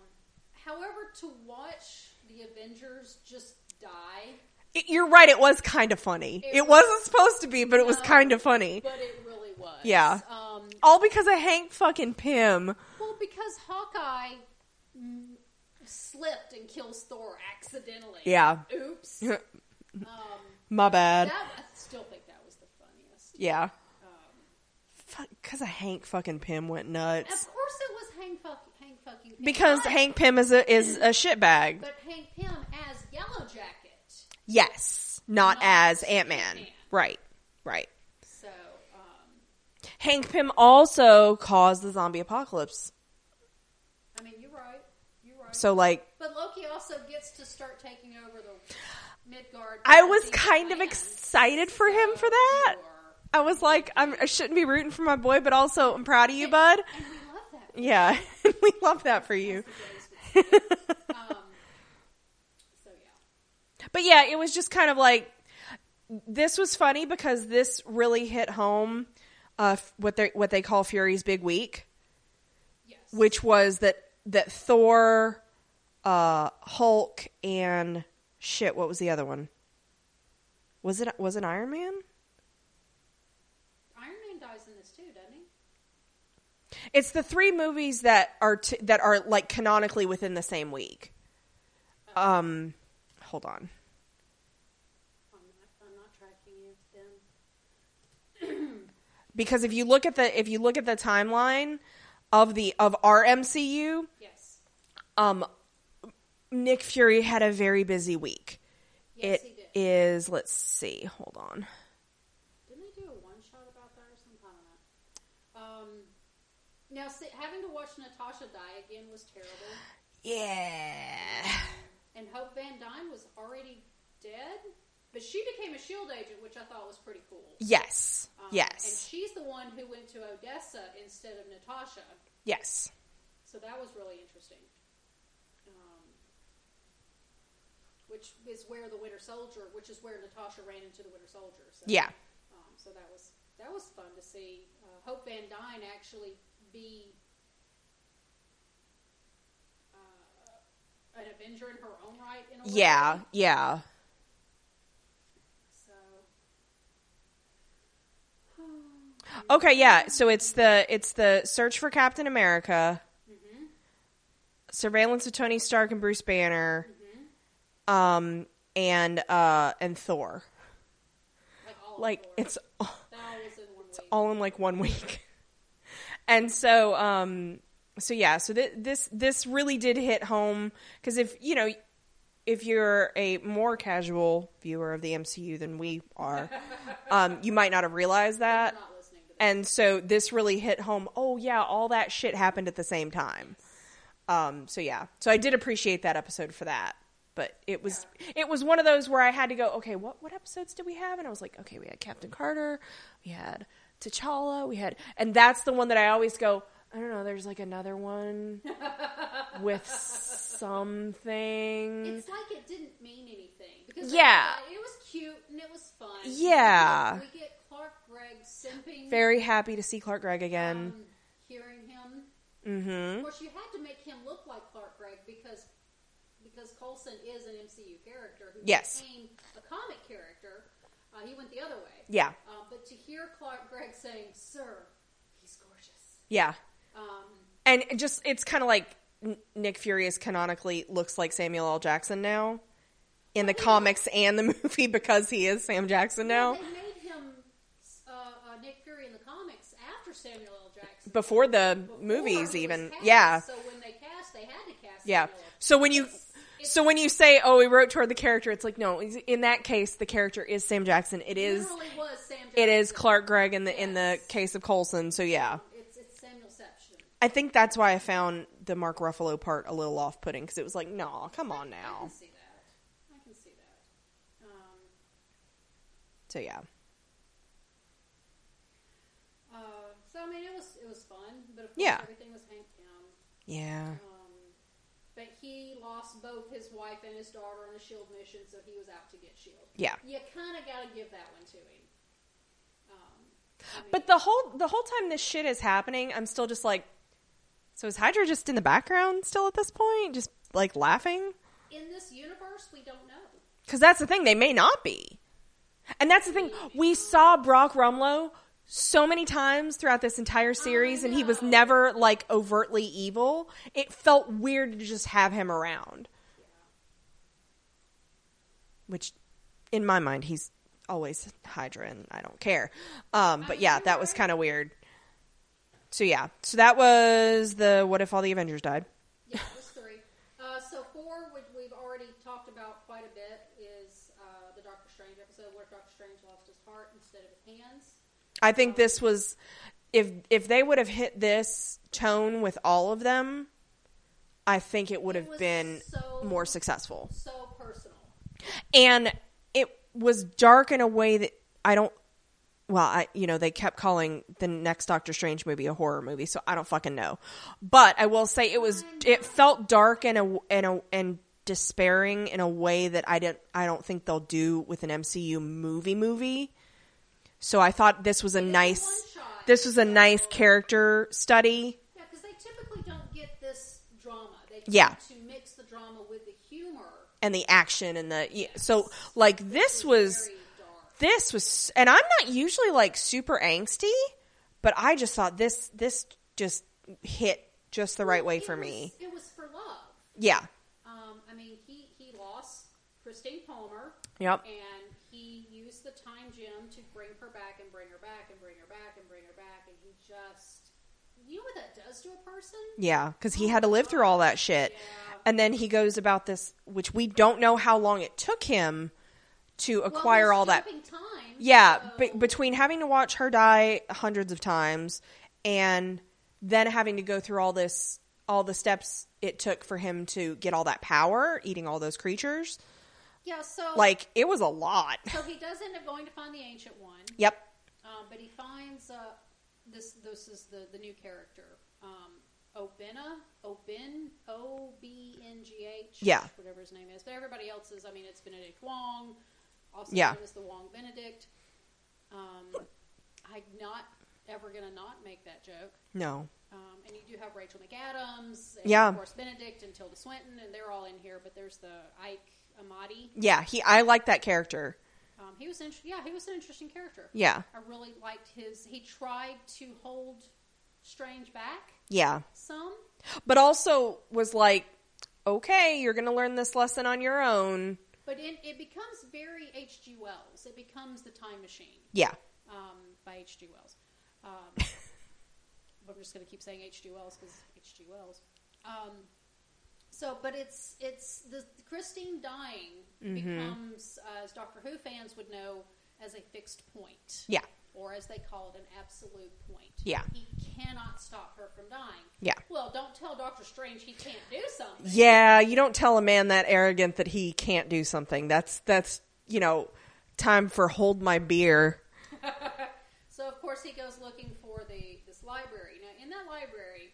B: however, to watch the Avengers just die,
A: It- "You're right." It was kind of funny. It,
B: It
A: wasn't supposed to be, but it was
B: No.
A: kind of funny.
B: but it really was.
A: Yeah.
B: Um,
A: All because of Hank fucking Pym.
B: well, because Hawkeye mm, slipped and kills Thor accidentally.
A: Yeah.
B: Oops. um,
A: My bad.
B: that, I still think that was the funniest.
A: yeah. Because of Hank fucking Pym went nuts.
B: Of course, it was Hank fuck, Hank fucking. Pym.
A: Because
B: But-
A: Hank Pym is a is a shitbag.
B: but Hank Pym as Yellow Jacket.
A: Yes, not as Ant Man.
B: Ant-Man.
A: Right, right.
B: So, um,
A: Hank Pym also caused the zombie apocalypse.
B: I mean, you're right. You're right.
A: So like,
B: But Loki also gets to start taking over the Midgard.
A: I was
B: These
A: kind of
B: lands.
A: excited for him for that.
B: Sure.
A: I was like, I'm, I shouldn't be rooting for my boy, but also I'm proud of you, bud.
B: And we love that.
A: Yeah, we love that for you.
B: Um, so yeah,
A: But yeah, it was just kind of like this was funny because this really hit home uh, f- what they what they call Fury's big week,
B: yes.
A: which was that that Thor, uh, Hulk, and shit. What was the other one? Was it was it Iron Man?
B: Iron Man dies in this too, doesn't he?
A: It's the three movies that are t- that are like canonically within the same week. Um, hold on.
B: I'm not, I'm not tracking you then.
A: because if you look at the if you look at the timeline of the of our MCU,
B: Yes,
A: um, Nick Fury had a very busy week.
B: yes,
A: It
B: he did.
A: is- Let's see. Hold on.
B: Didn't they do a one shot about that or something? I don't know. Um, now see, having to watch Natasha die again was terrible,
A: Yeah.
B: and Hope Van Dyne was already dead, but she became a Shield agent, which I thought was pretty cool.
A: Yes.
B: Um, And
A: yes.
B: she's the one who went to Odessa instead of Natasha.
A: Yes.
B: So that was really interesting. Um, which is where the Winter Soldier, which is where Natasha ran into the Winter Soldier. So,
A: Yeah.
B: Um, so that was that was fun to see uh, Hope Van Dyne actually be uh, an Avenger in her own right. In a way.
A: Yeah. Yeah.
B: So
A: Okay. Yeah. So it's the it's the search for Captain America,
B: Mm-hmm.
A: surveillance of Tony Stark and Bruce Banner,
B: Mm-hmm.
A: um, and uh, and Thor.
B: like all
A: Like
B: of them were-
A: it's.
B: that all was in one week.
A: all in like one week. and so um so yeah, so th- this this really did hit home cuz if, you know, if you're a more casual viewer of the MCU than we are, um you might not have realized that.
B: not listening to this.
A: And so this really hit home. Oh yeah, all that shit happened at the same time. Um so yeah. So I did appreciate that episode for that. But it was it was one of those where I had to go, okay, what what episodes did we have? And I was like, okay, we had Captain Carter, we had T'Challa, we had and that's the one that I always go, I don't know, there's like another one with something.
B: It's like it didn't mean anything because uh,
A: Yeah.
B: it was cute and it was fun.
A: Yeah.
B: we get, we get Clark Gregg simping,
A: Very happy to see Clark Gregg again.
B: um, hearing him.
A: mhm.
B: Of course, you had to make him look like Clark because because Coulson is an MCU character who
A: Yes.
B: became a comic character. Uh, he went the other way.
A: Yeah.
B: Uh, but to hear Clark Gregg saying, "Sir, he's gorgeous."
A: Yeah.
B: Um,
A: And it just it's kind of like N- Nick Furious canonically looks like Samuel L. Jackson now in the comics and the movie because he is Sam Jackson now.
B: They made him uh, uh, Nick Fury in the comics after Samuel L. Jackson.
A: Before the
B: before he
A: movies
B: was
A: even.
B: cast.
A: Yeah.
B: So when they cast, they had to cast.
A: Yeah.
B: Samuel L.
A: So when you
B: It's
A: so when you say, "Oh, he wrote toward the character," it's like, no. In that case, the character is Sam Jackson. It is
B: literally was Sam.
A: it is
B: Jackson.
A: Clark Gregg in the in the
B: Yes.
A: case of Colson. So yeah,
B: It's it's Samuelception.
A: I think that's why I found the Mark Ruffalo part a little off putting because it was like, nah, come on
B: I can
A: now.
B: see that. I can see that. Um,
A: So yeah,
B: uh, so I mean, it was it was fun, but of course
A: Yeah.
B: everything was Hank Pym.
A: yeah,
B: Um, but he lost both his wife and his daughter on a Shield E mission, so he was out to get Shield.
A: yeah.
B: E You kind of got to give that one to him. Um, I mean,
A: But the whole the whole time this shit is happening, I'm still just like, so is Hydra just in the background still at this point, just like laughing?
B: in this universe, we don't know.
A: Because that's the thing, they may not be. And that's the thing, we saw Brock Rumlow so many times throughout this entire series, and he was never like overtly evil. It felt weird to just have him around. Which, in my mind, he's always Hydra, and I don't care. Um, but yeah, that was kind of weird. So yeah, so that was the what if all the Avengers died?
B: Yeah, it was three. Uh, so four, which we've already talked about quite a bit, is uh, the Doctor Strange episode where Doctor Strange lost his heart instead of his hands.
A: I think this was if if they would have hit this tone with all of them, I think it would
B: It
A: have
B: was
A: been
B: so-
A: more successful.
B: So personal.
A: And it was dark in a way that I don't well, I you know, they kept calling the next Doctor Strange movie a horror movie, so I don't fucking know. But I will say it was it felt dark and a and a and despairing in a way that I didn't I don't think they'll do with an MCU movie movie. So I thought this was a nice
B: one shot.
A: this was a nice character study.
B: Yeah, because they typically don't get this drama. They tend
A: Yeah.
B: to mix the drama with the humor.
A: and the action and the yeah, so like this was
B: very dark.
A: this was and I'm not usually like super angsty, but I just thought this this just hit just the right way
B: It
A: for
B: was-
A: me.
B: It was for love.
A: Yeah.
B: Um, I mean, he, he lost Christine Palmer.
A: Yep.
B: And he used the time gem to bring her back and bring her back and bring her back and bring her back. And he just. You know what that does to a person?
A: Yeah, cuz he had to live through all that shit. And then he goes about this which we don't know how long it took him to
B: Well,
A: acquire
B: there's
A: all that
B: stopping Time,
A: Yeah,
B: so-
A: be- between having to watch her die hundreds of times and then having to go through all this all the steps it took for him to get all that power, eating all those creatures.
B: yeah, so.
A: Like it was a lot.
B: So he does end up going to find the ancient one.
A: Yep.
B: Um, but he finds uh, this. This is the the new character, um, Obina, Obin, O B N G H.
A: Yeah.
B: whatever his name is. But everybody else is. I mean, it's Benedict Wong, also
A: Yeah.
B: known as the Wong Benedict. Um, I'm not ever gonna not make that joke.
A: No.
B: Um, and you do have Rachel McAdams, and
A: Yeah.
B: of course Benedict and Tilda Swinton, and they're all in here. But there's the Ike Amati.
A: Yeah, he I like that character.
B: Um, he was, in, yeah, he was an interesting character.
A: Yeah.
B: I really liked his. He tried to hold Strange back
A: Yeah.
B: some.
A: But also was like, okay, you're going to learn this lesson on your own.
B: But it, it becomes very H.G. Wells. It becomes the time machine
A: Yeah.
B: um, by H.G. Wells. Um, but I'm just going to keep saying H.G. Wells because H.G. Wells. Um, so, but it's it's the Christine dying becomes, uh, as Doctor Who fans would know, as a fixed point.
A: Yeah.
B: or as they call it, an absolute point.
A: Yeah.
B: He cannot stop her from dying.
A: Yeah.
B: Well, don't tell Doctor Strange he can't do something.
A: Yeah, you don't tell a man that arrogant that he can't do something. That's that's, you know, time for hold my beer.
B: So of course he goes looking for the this library. Now in that library,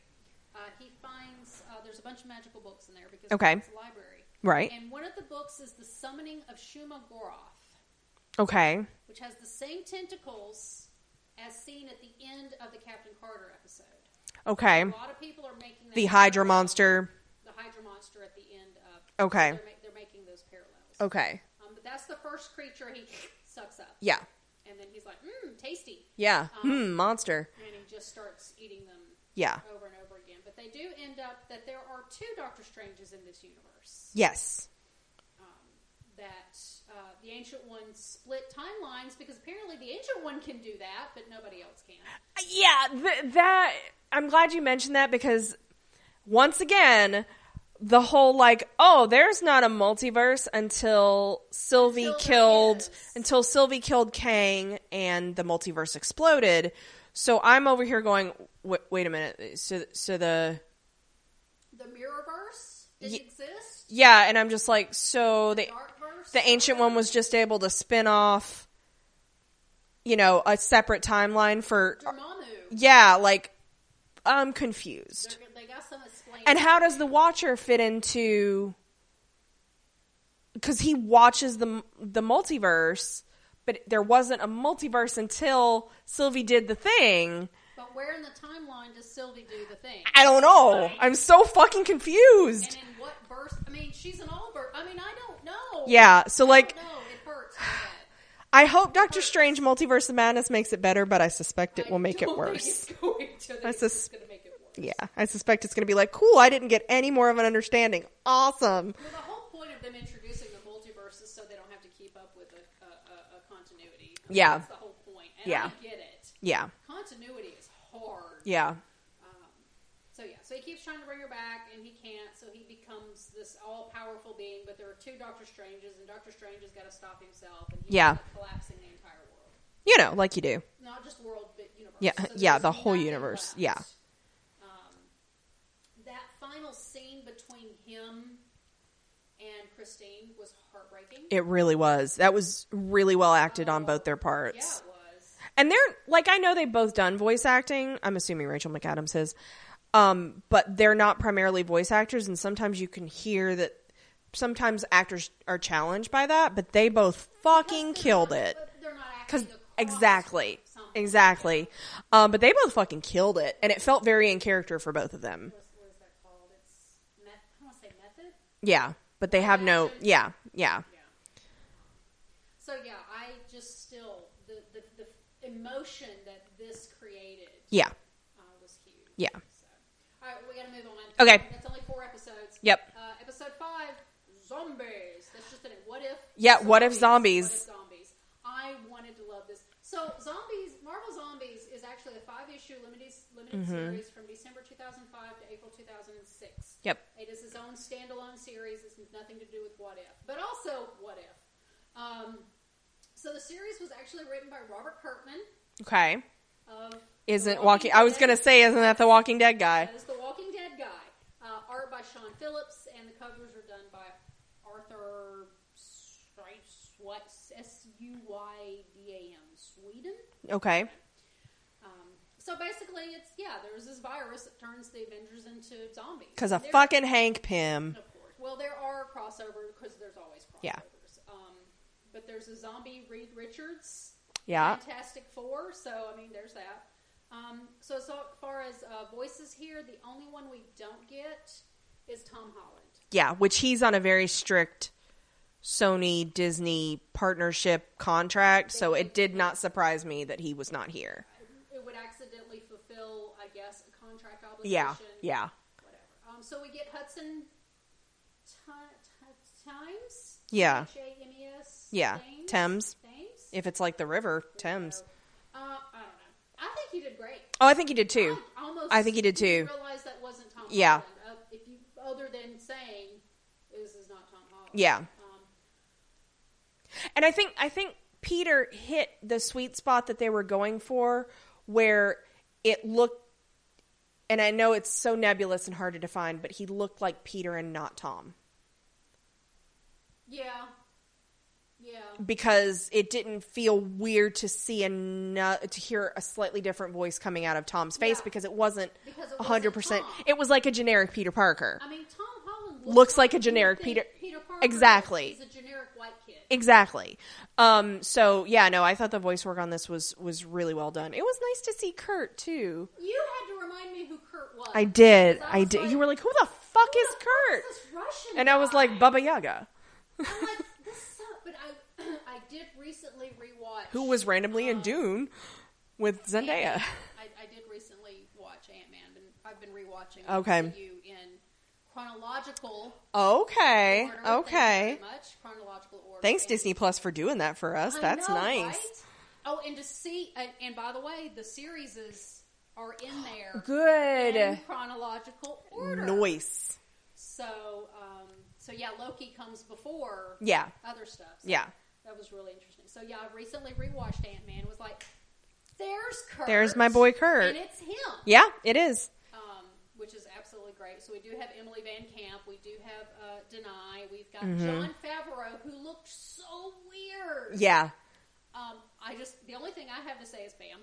B: uh, he finds uh, there's a bunch of magical books in there because
A: Okay.
B: it's a library.
A: Right.
B: And one of the books is the Summoning of Shuma Goroth,
A: Okay.
B: which has the same tentacles as seen at the end of the Captain Carter episode.
A: Okay.
B: A lot of people are making that
A: The Hydra monster.
B: the Hydra monster at the end of.
A: Okay. Oh.
B: They're, ma- they're making those parallels.
A: Okay.
B: Um, but that's the first creature he sucks up.
A: Yeah.
B: And then he's like, mmm, tasty.
A: Yeah.
B: Um,
A: Hmm. Monster.
B: And he just starts eating them
A: Yeah.
B: over and over again. But they do end up that there are two Doctor Stranges in this universe.
A: Yes.
B: Um, that uh, the Ancient One split timelines because apparently the Ancient One can do that, but nobody else can.
A: Yeah. Th- that I'm glad you mentioned that because once again, the whole like, oh, there's not a multiverse until Sylvie
B: Until there
A: killed
B: is.
A: until Sylvie killed Kang and the multiverse exploded. So I'm over here going, wait, wait a minute. So so the
B: The Mirrorverse it
A: Ye-
B: exists.
A: yeah, and I'm just like, so
B: The
A: they
B: Darkverse.
A: the ancient one was just able to spin off you know a separate timeline for
B: Dormammu.
A: yeah like i'm confused
B: They're- They got some explaining.
A: and how does the watcher fit into because he watches the the multiverse but there wasn't a multiverse until sylvie did the thing
B: But where in the timeline does Sylvie do the thing?
A: i don't know i'm so fucking
B: And
A: confused
B: in what verse? I mean, she's an all ver I mean, I don't know.
A: yeah so like
B: No, it hurts. my head.
A: i hope doctor strange multiverse of madness makes it better but i suspect it
B: I
A: will make it
B: don't think
A: worse
B: It's going to. I think
A: That's
B: it's
A: a
B: just going to make it worse.
A: Yeah, I suspect it's going to be like, cool, I didn't get any more of an understanding. Awesome.
B: Well, the whole point of them introducing the multiverse is so they don't have to keep up with a, a, a, a continuity. I mean,
A: Yeah.
B: that's the whole point. And
A: Yeah.
B: I get it.
A: Yeah.
B: Continuity is hard.
A: Yeah.
B: Um, so yeah, so he keeps trying to bring her back, and he can't. So he becomes this all-powerful being. But there are two Doctor Stranges, and Doctor Strange has got to stop himself, and he's
A: Yeah.
B: collapsing the entire world,
A: You know, like you do.
B: not just world, but universe.
A: Yeah,
B: So
A: yeah,
B: there's
A: the whole
B: nothing
A: universe.
B: left.
A: Yeah.
B: Um, that final scene between him and Christine was heartbreaking.
A: It really was. That was really well acted on both their
B: yeah,
A: parts.
B: it was.
A: And they're like I know they've both done voice acting. I'm assuming Rachel McAdams is. Um, but they're not primarily voice actors and sometimes you can hear that sometimes actors are challenged by that, but they both fucking
B: Because they're
A: killed
B: not-
A: it.
B: but They're not acting
A: Cause
B: across
A: exactly,
B: something.
A: exactly. Um, but they both fucking killed it, and it felt very in character for both of them.
B: What's- What is that called? It's meth- I don't want to say method.
A: Yeah, but they have no. Yeah, yeah,
B: Yeah. So yeah, I just still the the, the emotion that this created
A: yeah,
B: uh, was huge.
A: Yeah.
B: So, all right, we gotta move on.
A: Okay.
B: That's only four episodes.
A: Yep.
B: Uh, episode five, zombies. That's just in it. What if?
A: Yeah, what if
B: What if zombies? I wanted to love this. So zombies, Marvel Zombies is actually a five-issue limited limited
A: Mm-hmm.
B: series from December 2005 to April 2006.
A: yep,
B: It is his own standalone series. It's nothing to do with What If, but also What If. Um, so the series was actually written by Robert Kirkman
A: okay.
B: of The
A: Isn't walking?
B: Walking
A: I was
B: Dead.
A: gonna say, isn't that the Walking Dead guy?
B: That is the Walking Dead guy. Uh, art by Sean Phillips, and the covers were done by Arthur Stripes, what S U Y D A M, Sweden.
A: Okay,
B: Um, so basically, it's yeah, there's this virus that turns the Avengers into zombies.
A: because of
B: They're-
A: fucking Hank Pym.
B: Of course. Well, there are crossovers because there's always crossovers.
A: Yeah.
B: Um, but there's a zombie Reed Richards.
A: Yeah,
B: Fantastic Four. So I mean, there's that. Um, so so far as uh, voices here, the only one we don't get is Tom Holland.
A: yeah. Which he's on a very strict Sony Disney partnership contract, so it did not surprise me that he was not here.
B: It would accidentally fulfill, I guess, a contract obligation.
A: Yeah, yeah,
B: Whatever. Um, so we get Hudson Ti- Ti- Times.
A: Yeah.
B: H A M E S.
A: yeah.
B: Thames?
A: Thames.
B: Thames?
A: If it's like the river Thames.
B: Uh, I don't know. I think he did great.
A: Oh, I think he did too.
B: I almost.
A: I think he did
B: didn't
A: too.
B: Realize that wasn't Tom.
A: Yeah.
B: Holland. Uh, if you, other than saying this is not Tom Holland.
A: Yeah.
B: Um,
A: And I think I think Peter hit the sweet spot that they were going for where it looked and I know it's so nebulous and hard to define, but he looked like Peter and not Tom
B: yeah. Yeah.
A: because it didn't feel weird to see and to hear a slightly different voice coming out of Tom's face
B: Yeah.
A: because it wasn't
B: Because it
A: a 100%.
B: wasn't Tom.
A: It was like a generic Peter Parker.
B: I mean, Tom Holland
A: Looks like a
B: you would
A: generic
B: think
A: Peter-
B: Peter Parker.
A: Exactly.
B: He's a generic white kid.
A: Exactly. Um, so yeah, no, I thought the voice work on this was was really well done. It was nice to see Kurt too.
B: you had to remind me who Kurt was.
A: I did.
B: Because
A: I
B: was
A: did.
B: like,
A: You were like, "Who the fuck is Kurt?
B: This Russian
A: And I was
B: guy.
A: like, Baba Yaga,
B: I'm like, this sucks. But I, I did recently rewatch.
A: who was randomly in
B: um,
A: Dune with Zendaya.
B: Ant-Man. I, I did recently watch Ant Man, and I've been rewatching.
A: Okay.
B: You in chronological
A: Okay,
B: order. Thank you
A: okay.
B: very much chronological order.
A: Thanks
B: And-
A: Disney Plus for doing that for us.
B: I
A: That's
B: know,
A: nice.
B: right? Oh, and to see, and, and by the way, the series is are in there in
A: Good.
B: chronological order.
A: Noise.
B: So, um, so yeah, Loki comes before
A: Yeah.
B: other stuff. So
A: Yeah.
B: that was really interesting. So yeah, I recently rewatched Ant Man. Was like, there's Kurt.
A: There's my boy Kurt.
B: and it's him.
A: Yeah, it is.
B: Um, which is absolutely great. So we do have Emily Van Camp. We do have uh, Denai. We've got John Favreau, who looked so weird.
A: Mm-hmm. Yeah.
B: Um, I just the only thing I have to say is bam,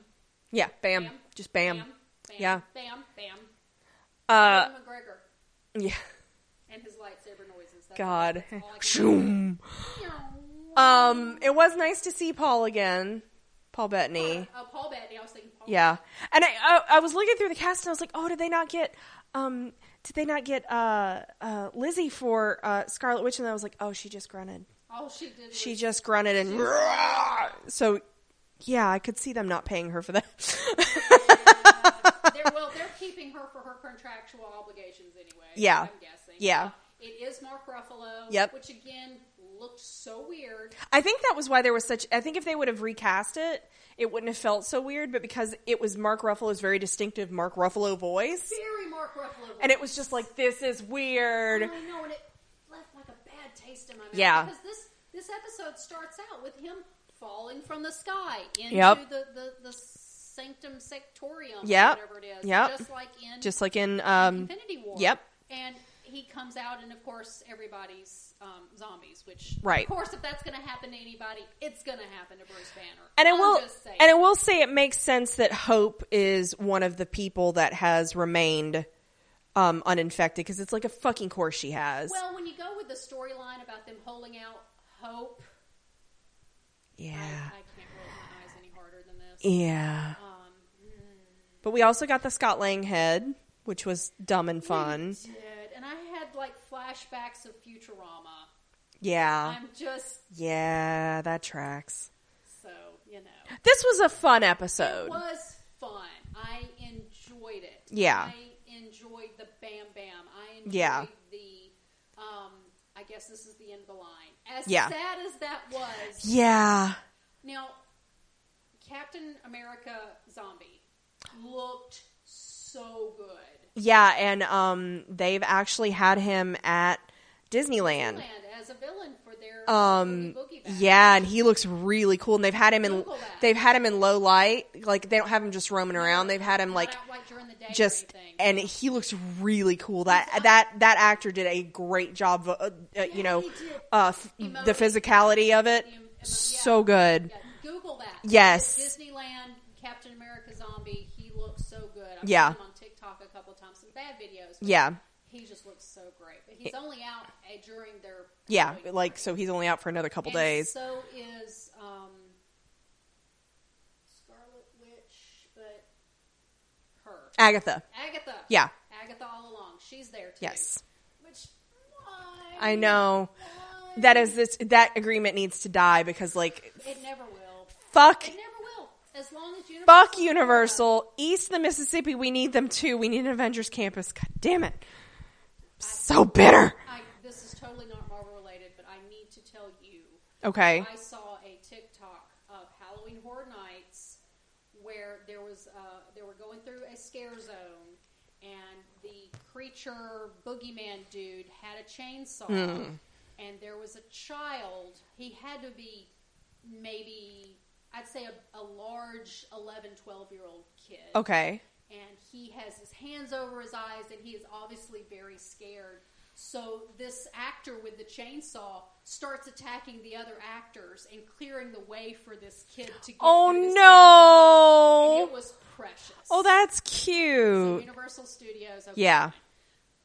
A: Yeah. Bam.
B: bam,
A: Just bam.
B: bam, bam,
A: Yeah.
B: bam, bam.
A: Uh,
B: Ewan McGregor
A: yeah.
B: and his lightsaber noises. That's
A: God.
B: all I can
A: Shoom.
B: say.
A: Um, it was nice to see Paul again. Paul Bettany.
B: Uh, Paul Bettany. I was thinking Paul.
A: Yeah. And I, I I was looking through the cast and I was like, "Oh, did they not get um did they not get uh uh Lizzie for uh Scarlet Witch?" And I was like, "Oh, she just grunted.
B: All Oh, she did. Was,
A: She just grunted and so yeah, I could see them not paying her for that.
B: they're, well, they're keeping her for her contractual obligations anyway.
A: Yeah.
B: I'm guessing.
A: Yeah.
B: It is Mark Ruffalo.
A: Yep.
B: Which again looked so weird.
A: I think that was why there was such. I think if they would have recast it, it wouldn't have felt so weird. But because it was Mark Ruffalo's very distinctive Mark Ruffalo voice,
B: Very Mark Ruffalo.
A: and it was just like, "This is weird."
B: I know, and it left like a bad taste in my mouth.
A: Yeah.
B: Because this this episode starts out with him falling from the sky into
A: Yep.
B: the, the the sanctum sectorium,
A: Yep.
B: or whatever it is.
A: Yep.
B: Just like in
A: Just like in um,
B: Infinity War.
A: yep.
B: And he comes out, and of course everybody's um, zombies. Which,
A: Right.
B: Of course, if that's going to happen to anybody, it's going to happen to Bruce Banner.
A: and I
B: I'm
A: will
B: just saying.
A: and I will say it makes sense that Hope is one of the people that has remained um, uninfected because it's like a fucking course she has.
B: well, when you go with the storyline about them holding out hope, I, I
A: yeah,
B: can't roll my eyes any harder than this.
A: yeah.
B: Um,
A: But we also got the Scott Lang head, which was dumb and fun.
B: We did, and I had like flashbacks of Futurama.
A: Yeah.
B: I'm just
A: Yeah, that tracks.
B: so you know,
A: This was a fun episode.
B: it was fun. I enjoyed it.
A: Yeah.
B: I enjoyed the Bam Bam. I enjoyed
A: Yeah.
B: the. Um, I guess this is the end of the line. As
A: Yeah.
B: sad as that was,
A: Yeah.
B: now Captain America Zombie looked so good.
A: Yeah, and um they've actually had him at Disneyland.
B: Land as a villain for their
A: Um
B: Boogie Boogie Bash.
A: yeah, and he looks really cool and they've had him in
B: Google that.
A: they've had him in low light. Like they don't have him just roaming around. They've had him
B: Not
A: like
B: out, during the day or
A: just
B: anything.
A: and he looks really cool. That that that actor did a great job uh, uh, you know
B: he did.
A: uh f-
B: Emoji.
A: the physicality of it.
B: The em- emo- yeah.
A: So good.
B: Yeah, Google that.
A: Yes.
B: Disneyland Captain America zombie. He looks so good. I've
A: Yeah.
B: seen him on TikTok a couple times. Some bad videos. but
A: Yeah.
B: He just looks so great. But he's only out uh, during their
A: Yeah,
B: Halloween
A: like
B: party.
A: so he's only out for another couple
B: And
A: days.
B: So is um, Scarlet Witch, but her
A: Agatha.
B: Agatha.
A: Yeah.
B: Agatha all along. She's there too.
A: Yes.
B: Which why?
A: I know.
B: Why?
A: That is this that agreement needs to die because like
B: It never will.
A: fuck
B: It never will. As long as Universal.
A: fuck Universal. East of the Mississippi, we need them too. We need an Avengers campus. God damn it. I'm so bitter.
B: I, this is totally not Marvel related, but I need to tell you.
A: Okay.
B: I saw a TikTok of Halloween Horror Nights where there was uh, they were going through a scare zone, and the creature boogeyman dude had a chainsaw,
A: Hmm.
B: and there was a child. He had to be maybe I'd say a, a large 11, 12 year old kid
A: Okay.
B: and he has his hands over his eyes and he is obviously very scared. So this actor with the chainsaw starts attacking the other actors and clearing the way for this kid to get
A: Oh
B: through this
A: no.
B: scare zone. And it was precious.
A: Oh, that's
B: So
A: cute.
B: Universal Studios. Okay.
A: Yeah.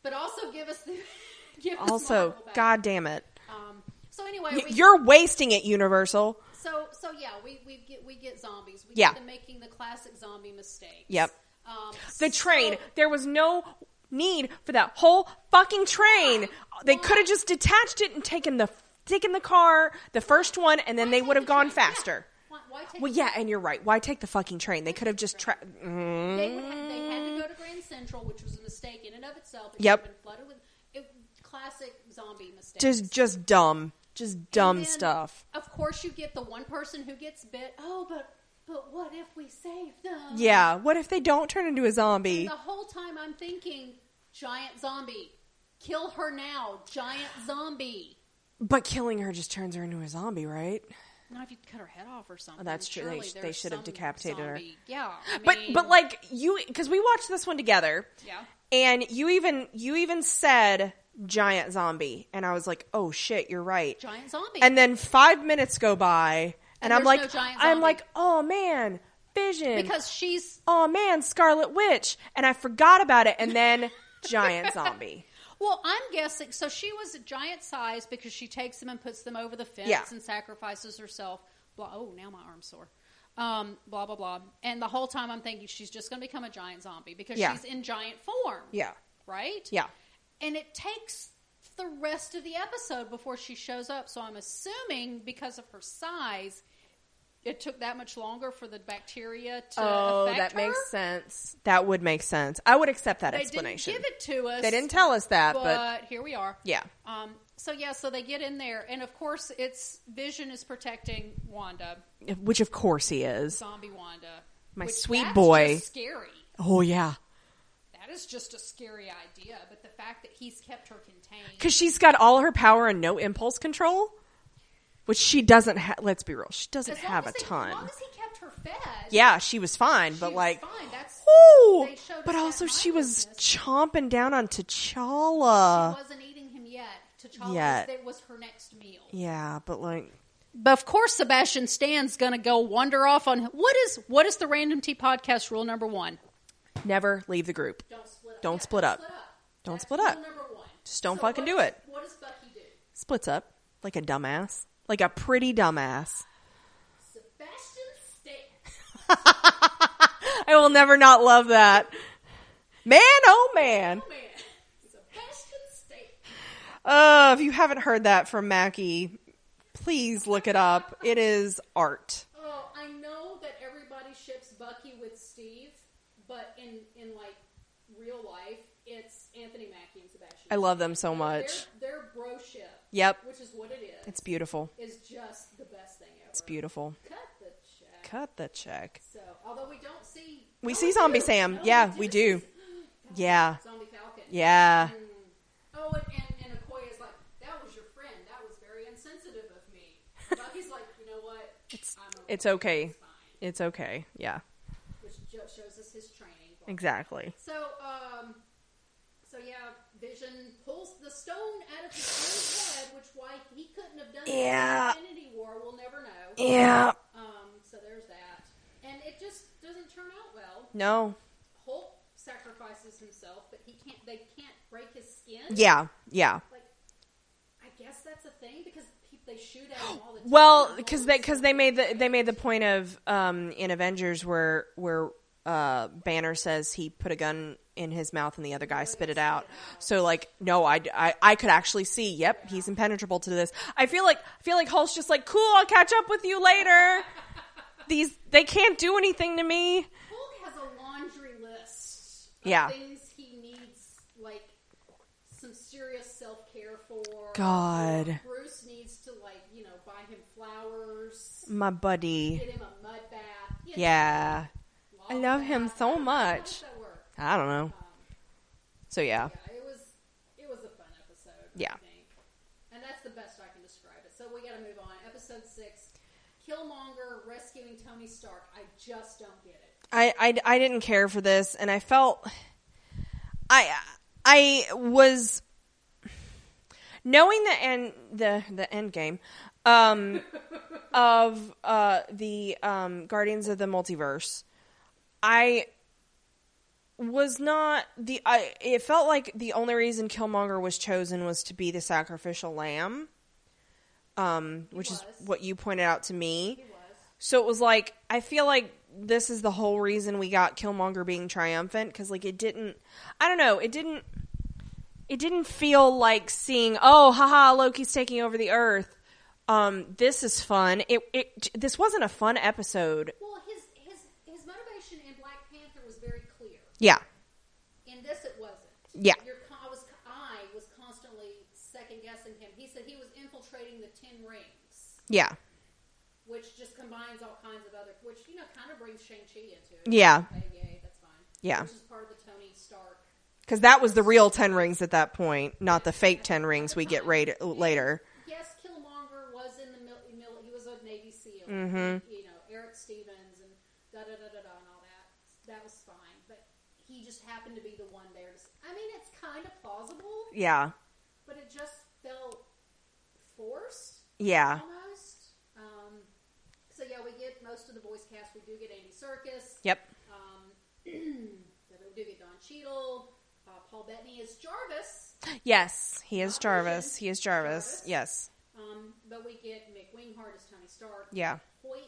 B: But also give us the give us
A: Also,
B: Marvel back.
A: god damn it.
B: Um, so anyway,
A: Y-
B: we,
A: You're wasting it, Universal.
B: so so yeah, we, we get we get zombies. We
A: Yeah.
B: get them making the classic zombie mistakes.
A: Yep.
B: Um,
A: The train.
B: so-
A: There was no need for that whole fucking train? They could have just detached it and taken the taken the car, the first one, and then they would have gone faster.
B: Why, why take
A: Well, yeah, and you're right. Why take the fucking train? They could have just tra- Mm-hmm. Mm.
B: They, would have, they had to go to Grand Central, which was a mistake in and of itself. It
A: Yep.
B: should have Been flooded with it, classic zombie mistake.
A: just just dumb, just dumb
B: And then,
A: stuff.
B: Of course, you get the one person who gets bit. Oh, but but what if we save them?
A: Yeah. What if they don't turn into a
B: And
A: zombie?
B: the whole time I'm thinking, giant zombie, kill her now, giant zombie.
A: But killing her just turns her into a zombie, right?
B: Not if you cut her head off or something.
A: that's true. They
B: Surely
A: sh- they
B: there's
A: should have
B: some
A: decapitated her.
B: zombie. Yeah, I
A: But
B: mean,
A: but like you, because we watched this one together.
B: Yeah.
A: And you even you even said giant zombie, and I was like, oh shit, you're right.
B: giant zombie.
A: And then five minutes go by, and,
B: And
A: I'm
B: there's
A: like,
B: no giant
A: I'm
B: zombie.
A: like, oh man, Vision.
B: because she's
A: oh man, Scarlet Witch, and I forgot about it, and then giant zombie.
B: Well, I'm guessing. So she was a giant size because she takes them and puts them over the fence
A: Yeah.
B: and sacrifices herself. Blah. Oh, now my arm's sore. Um, blah blah blah. And the whole time I'm thinking she's just going to become a giant zombie because
A: Yeah.
B: she's in giant form.
A: Yeah.
B: Right.
A: Yeah.
B: And it takes the rest of the episode before she shows up. So I'm assuming because of her size, it took that much longer for the bacteria to.
A: Oh,
B: affect her.
A: sense. That would make sense. I would accept that
B: They didn't
A: explanation.
B: give it to us.
A: they didn't tell us that,
B: but,
A: but,
B: here we are.
A: yeah,
B: Um, so yeah, so they get in there, and of course, it's Vision is protecting Wanda,
A: which of course he is.
B: zombie Wanda.
A: My
B: which
A: sweet
B: that's
A: boy.
B: just scary.
A: Oh yeah,
B: That is just a scary idea, but the fact that he's kept her contained.
A: because she's got all her power and no impulse control, which she doesn't. Ha- let's be real, she doesn't
B: As long
A: have
B: as
A: a
B: they-
A: ton.
B: As long as he kept her fed,
A: yeah, she was fine,
B: she
A: but
B: was
A: like,
B: fine. That's
A: ooh,
B: they showed us
A: but
B: that
A: also she was
B: mindlessness.
A: chomping down on
B: She
A: T'Challa.
B: wasn't eating him yet. T'Challa,
A: Yet.
B: that was her next meal.
A: Yeah, but like,
B: But of course, Sebastian Stan's going to go wander off on what is what is the Random Tea podcast rule number one?
A: never leave the group.
B: Don't split up.
A: Don't
B: Yeah,
A: split up. Don't
B: That's
A: split
B: rule
A: up.
B: number one.
A: Just don't
B: So
A: fucking
B: what
A: do
B: does-
A: it.
B: What does Bucky do?
A: Splits up like a dumbass, like a pretty dumbass.
B: Sebastian Stan.
A: I will never not love that. Man, oh man.
B: Oh, man. Sebastian Stan.
A: Oh, if you haven't heard that from Mackie, please look it up. It is art.
B: Oh, I know that everybody ships Bucky with Steve, but in in like real life, it's Anthony Mackie and Sebastian.
A: I love them so
B: Stan. Their-
A: much.
B: Their, their bro ship.
A: Yep.
B: Which is what it is.
A: It's beautiful.
B: is just the best thing ever.
A: It's beautiful.
B: Cut the check.
A: Cut the check.
B: So, although we don't see,
A: We
B: Oh,
A: see Zombie
B: do.
A: Sam.
B: No,
A: Yeah, we do. Yeah.
B: Zombie Falcon.
A: Yeah.
B: Oh, and, and, and Okoye's like, that was your friend. That was very insensitive of me. Bucky's like, you know what?
A: It's
B: I'm okay.
A: it's okay.
B: It's fine.
A: It's okay. Yeah.
B: Which jo- shows us his training.
A: Exactly.
B: So, um, so yeah, Vision pulls the stone out of his own head, which why he couldn't have done
A: Yeah.
B: it in Infinity War, we'll never know.
A: Yeah.
B: Um, so there's that. And it just doesn't turn out well.
A: No.
B: Hulk sacrifices himself, but he can't. They can't break his skin.
A: Yeah. Yeah.
B: Like, I guess that's a thing because peop they shoot at him all the time.
A: Well, because they because they made the they made the point of um, in Avengers where where uh, Banner says he put a gun in his mouth and the other guy spit it out. So like, no, I, I I could actually see. Yep, he's impenetrable to this. I feel like I feel like Hulk's just like, cool, I'll catch up with you later. These they can't do anything to me.
B: Hulk has a laundry list. Of
A: Yeah.
B: Things he needs, like some serious self care for.
A: God.
B: Bruce needs to like you know buy him flowers,
A: My buddy,
B: get him a mud bath. you know,
A: Mm. yeah, I
B: blah,
A: love
B: blah,
A: him
B: blah.
A: so
B: How
A: much.
B: does that work?
A: I don't know. So yeah,
B: Yeah, it was it was a fun episode.
A: Yeah.
B: I think. And that's the best I can describe it. So we got to move on. Episode six, Killmonger rescuing Tony Stark. I just don't get it.
A: I, I I didn't care for this, and I felt I I was knowing the end the the end game um, of uh, the um, Guardians of the Multiverse. I was not the I. It felt like the only reason Killmonger was chosen was to be the sacrificial lamb, um, which is
B: was.
A: what you pointed out to me.
B: He was
A: So it was like I feel like this is the whole reason we got Killmonger being triumphant because like it didn't I don't know, it didn't it didn't feel like seeing, oh, haha, Loki's taking over the earth. Um, this is fun. It, it this wasn't a fun episode.
B: Well, his his his motivation in Black Panther was very clear.
A: Yeah.
B: In this, it wasn't.
A: Yeah.
B: You're, con- I was I was constantly second guessing him. He said he was infiltrating the Ten Rings,
A: Yeah.
B: which just combines all kinds of other, which you know, kind of brings Shang Chi into it.
A: Yeah.
B: Okay, yay, that's fine.
A: Yeah.
B: Which is part of the Tony Stark.
A: Cuz that was the real 10 rings at that point, not the fake 10 rings we get ra- later.
B: Yes, Killmonger was in the mil- mil- he was a Navy SEAL. You know, Eric Stevens and da da da da da and all that. That was fine, but he just happened to be the one there. to s- I mean, it's kind of plausible,
A: Yeah.
B: but it just felt forced
A: Yeah.
B: almost. Um, so yeah, we get most of the voice cast. We do get Andy Serkis.
A: Yep.
B: Um, we do get Don Cheadle. Uh, Paul Bettany is Jarvis.
A: Yes, he is Jarvis. He is Jarvis.
B: Jarvis.
A: Yes.
B: Um, but we get Mick Winghart as Tony Stark.
A: Yeah.
B: Hoyt.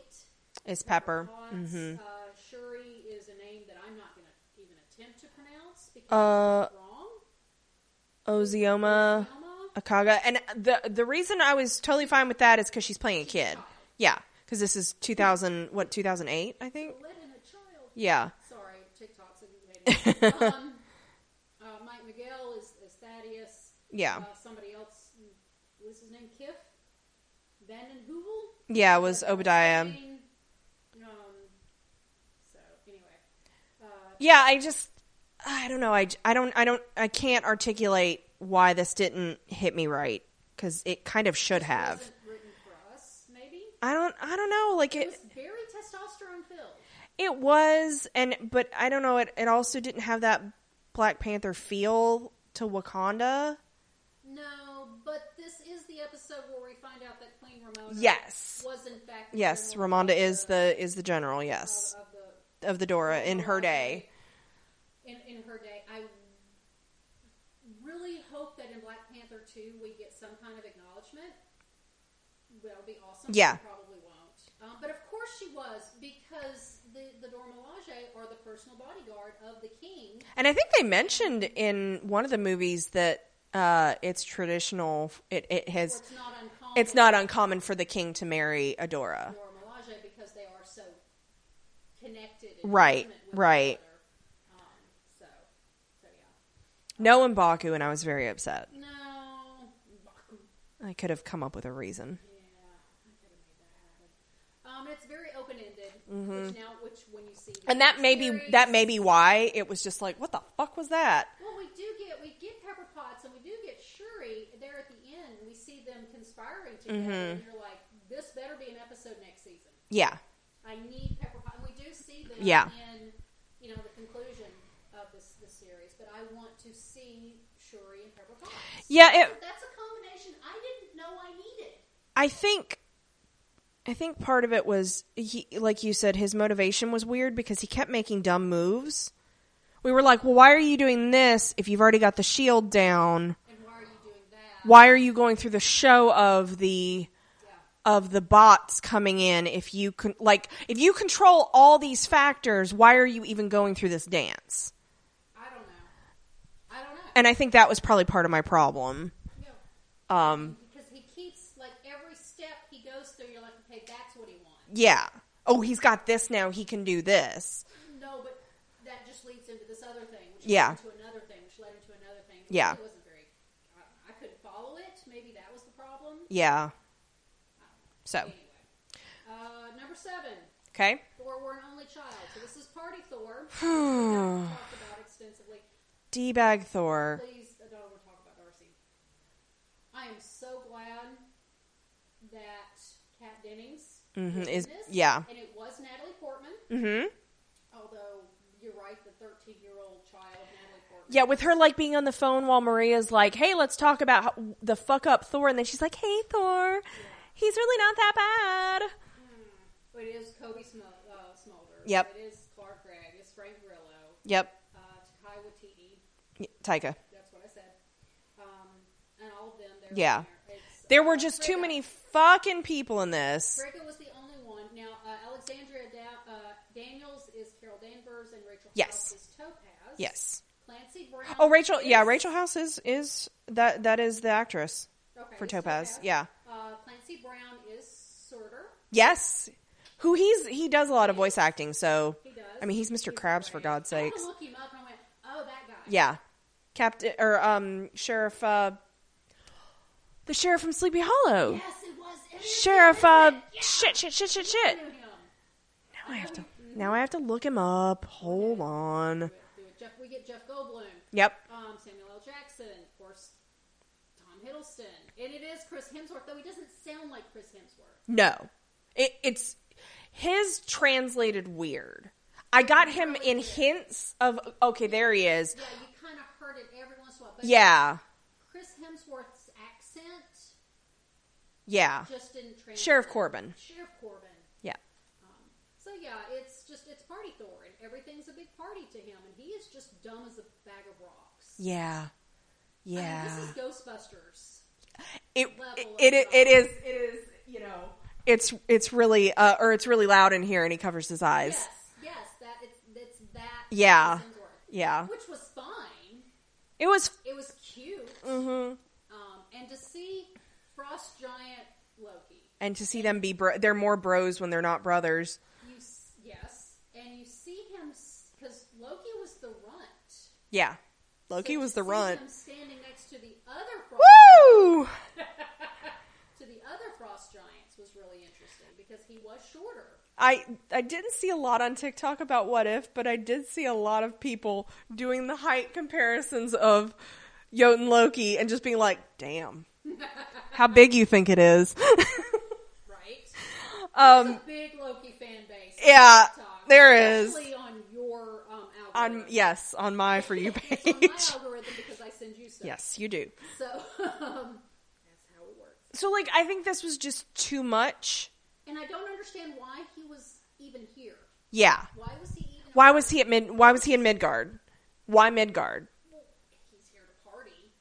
A: It's Pepper.
B: Potts,
A: Mhm.
B: Uh, Shuri is a name that I'm not going to even attempt to pronounce because
A: Uh,
B: it's wrong.
A: Ozioma.
B: Velma?
A: Akaga, and the the reason I was totally fine with that is because she's playing a kid. Yeah, because this is two thousand what two thousand eight, I think.
B: Let in a child.
A: Yeah,
B: Sorry, TikTok's invading. um, uh, Mike Miguel is, is Thaddeus.
A: Yeah.
B: Uh, somebody else, what was his name? Kiff? Vanden Hoovel?
A: yeah, it was Obadiah.
B: Um, so, anyway. Uh,
A: Yeah, I just I don't know. I, I don't I don't I can't articulate why this didn't hit me right because it kind of should have.
B: wasn't written for us, maybe?
A: I don't I don't know. Like
B: It
A: it
B: was very testosterone filled.
A: it was and but I don't know. It it also didn't have that Black Panther feel to Wakanda.
B: No, but this is the episode where we find out that Queen Ramona
A: Yes.
B: was in fact the
A: Yes,
B: general
A: Ramonda is
B: of
A: the is the general. Yes.
B: of the
A: of the Dora in her day.
B: In, in her day, I really hope that in Black Panther 2 we get some kind of acknowledgement. That would be awesome. but
A: Yeah.
B: we probably won't. Um, but of course she was because the the Dora Milaje are the personal bodyguard of the king.
A: And I think they mentioned in one of the movies that uh, it's traditional. It, it
B: Or
A: has.
B: it's not uncommon.
A: It's not uncommon for the king to marry a Dora.
B: Dora Milaje because they are so connected. And
A: Right,
B: intimate with
A: right.
B: each other. Um, so, so yeah.
A: No in Baku, and I was very upset.
B: No, Baku.
A: I could have come up with a reason.
B: Yeah, I could have made that happen. Um, it's very open ended, which now, which when you see, the
A: Mm-hmm. And that may be
B: series-
A: that may be why it was just like, what the fuck was that?
B: Well, we do get we get Pepper Potts and we do get Shuri there at the end. We see them conspiring together,
A: Mm-hmm.
B: and you're like, this better be an episode next season.
A: Yeah,
B: I need Pepper Pot. And we do see them
A: Yeah.
B: in, you know, the conclusion of this, this series, but I want to see Shuri and Pepper Potts.
A: yeah. It,
B: That's a combination I didn't know I needed.
A: I think I think part of it was he like you said his motivation was weird because he kept making dumb moves. We were like, "Well, why are you doing this if you've already got the shield down?
B: And why are you doing that?
A: Why are you going through the show of the of the bots coming in if you can like if you control all these factors, why are you even going through this dance?"
B: I don't know. I don't know.
A: And I think that was probably part of my problem.
B: No.
A: Um
B: Because he keeps, like, every step he goes through, you're like, okay, that's what he wants.
A: yeah. Oh, he's got this now, he can do this.
B: No, but that just leads into this other thing, which
A: Yeah.
B: led into another thing, which led into another thing. It
A: Yeah.
B: really wasn't very, I, I couldn't follow it. Maybe that was the problem.
A: Yeah. So,
B: Anyway. Uh, number seven,
A: okay?
B: Thor were an only child. So this is Party Thor. which we don't talk about extensively.
A: D bag Thor.
B: Please I don't want to talk about Darcy. I am so glad that Kat Dennings
A: Mhm,
B: was in
A: is-
B: this,
A: yeah.
B: and it was Natalie Portman.
A: Mm-hmm.
B: Although you're right, the 13 year old child Natalie Portman.
A: Yeah, with her like being on the phone while Maria's like, "Hey, let's talk about how, the fuck up Thor," and then she's like, "Hey, Thor, he's really not that bad."
B: But it is Kobe Smul- uh, Smulder.
A: Yep.
B: It is Clark Gregg. It's Frank Grillo.
A: Yep,
B: Uh, Takai Waititi.
A: Y- Taika.
B: That's what I said. Um, and all of them. they're
A: Yeah.
B: in there. It's,
A: There
B: uh,
A: were just too
B: Frigga.
A: many fucking people in this.
B: Frigga was the only one. Now, uh, Alexandria da- uh, Daniels
A: Yes.
B: Clancy Brown.
A: Oh, Rachel. Yeah,
B: is-
A: Rachel House is is that that is the actress
B: okay,
A: for
B: is
A: Topaz. Yeah.
B: Uh, Clancy Brown is Sorter.
A: Yes. Who he's he does a lot of voice acting. So
B: He does.
A: I mean, he's Mr. Krabs for God's
B: I had
A: sakes.
B: to look him up and I went, oh, that guy.
A: Yeah. Captain or um Sheriff uh the sheriff from Sleepy Hollow.
B: Yes, it was. It is
A: Sheriff
B: him,
A: uh
B: isn't it? Yeah,
A: shit shit shit shit shit.
B: I knew him.
A: Now I have to now I have to look him up. Hold on.
B: Do it, do it. Jeff, we get Jeff Goldblum,
A: Yep.
B: um, Samuel L. Jackson, of course, Tom Hiddleston, and it is Chris Hemsworth, though he doesn't sound like Chris Hemsworth.
A: No. It, it's his translated weird. I got him in hints of okay, there he is.
B: Yeah, you kind of heard it every once in a while. But
A: Yeah.
B: Chris Hemsworth's accent
A: Yeah.
B: just didn't translate.
A: Sheriff Corbin.
B: Sheriff Corbin.
A: Yeah.
B: Um, so yeah, it's just it's party Thor, and everything's a big party to him, and he is just dumb as a bag of rocks.
A: Yeah.
B: I mean,
A: Yeah.
B: Oh, this is Ghostbusters.
A: it,
B: level
A: it, it,
B: of
A: it is it is you know it's it's really uh, or it's really loud in here and he covers his eyes
B: Yes, yes, that it's, it's that.
A: Yeah.
B: Chris Hemsworth.
A: yeah
B: Which was fine.
A: it was
B: It was cute.
A: Mm-hmm.
B: Um, and to see Frost Giant Loki,
A: and to see them be bro- they're more bros when they're not brothers
B: you s- yes, and you see him because Loki was the runt.
A: yeah
B: So
A: Loki
B: to
A: was the
B: see
A: runt
B: Him standing next to the other Frost
A: woo
B: to the other Frost Giants was really interesting because he was shorter.
A: I I didn't see a lot on TikTok about what if but I did see a lot of people doing the height comparisons of Jotun Loki and just being like damn how big you think it is
B: Right,
A: um
B: There's a big Loki fan base. on
A: Yeah,
B: TikTok,
A: there is.
B: especially on your um, algorithm.
A: on yes on my for you
B: It's on my
A: page
B: algorithm because I send you stuff.
A: yes you do
B: So um, that's how it works.
A: so like i think this was just too much
B: And I don't understand why he was even here.
A: yeah
B: Why was he even?
A: why was he at mid why was he in midgard why midgard
B: Well, he's here to party.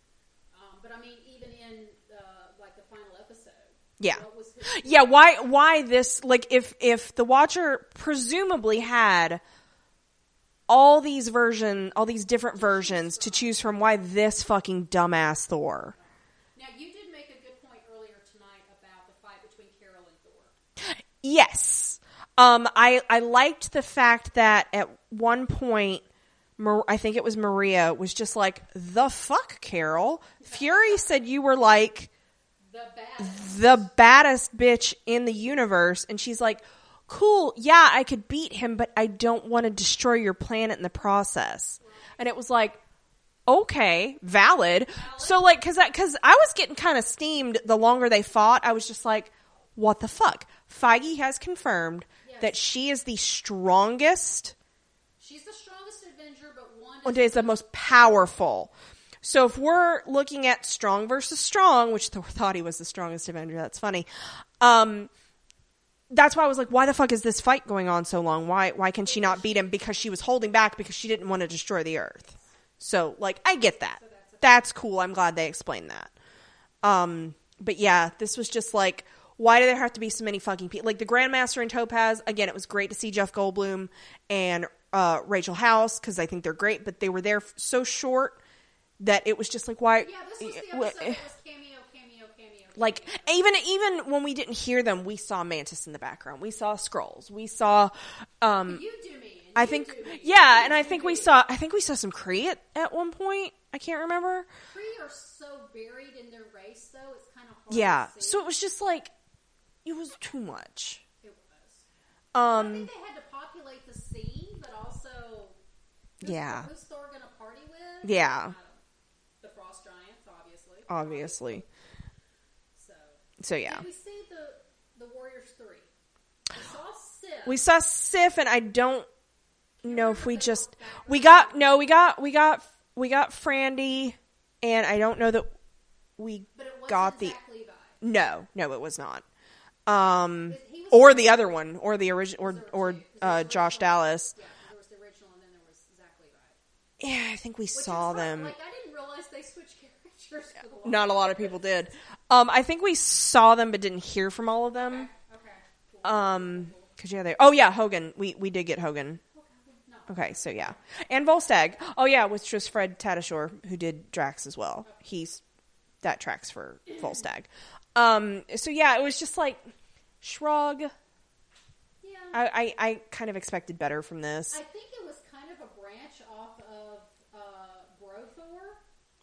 B: Um, but I mean, even in uh, like the final episode.
A: Yeah.
B: What was his,
A: yeah why why this like if if the watcher presumably had all these version all these different versions to choose from why this fucking dumbass thor
B: now you did make a good point earlier tonight about the fight between Carol and Thor.
A: Yes. Um, I, I liked the fact that at one point, Mar- I think it was Maria, was just like, the fuck, Carol? Fury said you were like
B: The bad.
A: the baddest bitch in the universe. And she's like, cool, yeah, I could beat him, but I don't want to destroy your planet in the process. And it was like, okay, valid. So like, cause I, cause I was getting kind of steamed the longer they fought. I was just like, what the fuck? Feige has confirmed that she is the strongest
B: She's the strongest Avenger, but Wanda.
A: Wanda is the most powerful. So if we're looking at strong versus strong, which Thor thought he was the strongest Avenger, that's funny. Um, that's why I was like, why the fuck is this fight going on so long? Why why can she not beat him? Because she was holding back because she didn't want to destroy the Earth. So like, I get that. That's cool. I'm glad they explained that. Um, but yeah, this was just like, why do there have to be so many fucking people? Like the Grandmaster and Topaz, again, it was great to see Jeff Goldblum and uh, Rachel House because I think they're great, but they were there f- so short that it was just like, why?
B: Yeah, this was the
A: wh-
B: episode that was cameo, cameo, cameo.
A: eh. like
B: cameo.
A: even even when we didn't hear them, we saw Mantis in the background. We saw scrolls. We saw. Um,
B: you do me. and
A: I
B: you
A: think
B: do me.
A: yeah,
B: You
A: and I
B: do
A: think
B: me.
A: we saw I think we saw some Kree at, at one point. I can't remember.
B: Kree are so buried in their race, though it's kind of hard.
A: Yeah,
B: to see.
A: so it was just like it was too much.
B: It was. I
A: Um,
B: think they had to populate the scene, but also who's,
A: Yeah.
B: who's Thor going to party with? I
A: yeah,
B: don't- the Frost Giants, obviously.
A: obviously.
B: So
A: So yeah,
B: did we see the the Warriors three? We saw Sif.
A: we saw Sif, and I don't know if we just we got no, we got we got we got Frandy, and I don't know that we
B: but it wasn't
A: got the
B: Zach Levi.
A: no, no, it was not. Um,
B: It- he was-
A: or the other one, or the original, or or uh, Josh Dallas.
B: Yeah, there was the original, and then there was Zach Levi.
A: Yeah, I think we
B: Which
A: saw
B: is fine.
A: them.
B: Like I didn't realize they switched characters. For the longest
A: Not a lot of people did. Um, I think we saw them, but didn't hear from all of them. Oh.
B: time. Okay. Cool.
A: Um, cause yeah, they. Oh yeah, Hogan. We we did get Hogan.
B: Okay, no.
A: Okay, so yeah, and Volstagg. Oh yeah, which was Fred Tatasciore who did Drax as well. He's that tracks for Volstagg. Um, so yeah, it was just like shrug.
B: Yeah.
A: I, I, I kind of expected better from this.
B: I think it was kind of a branch off of uh, Brothor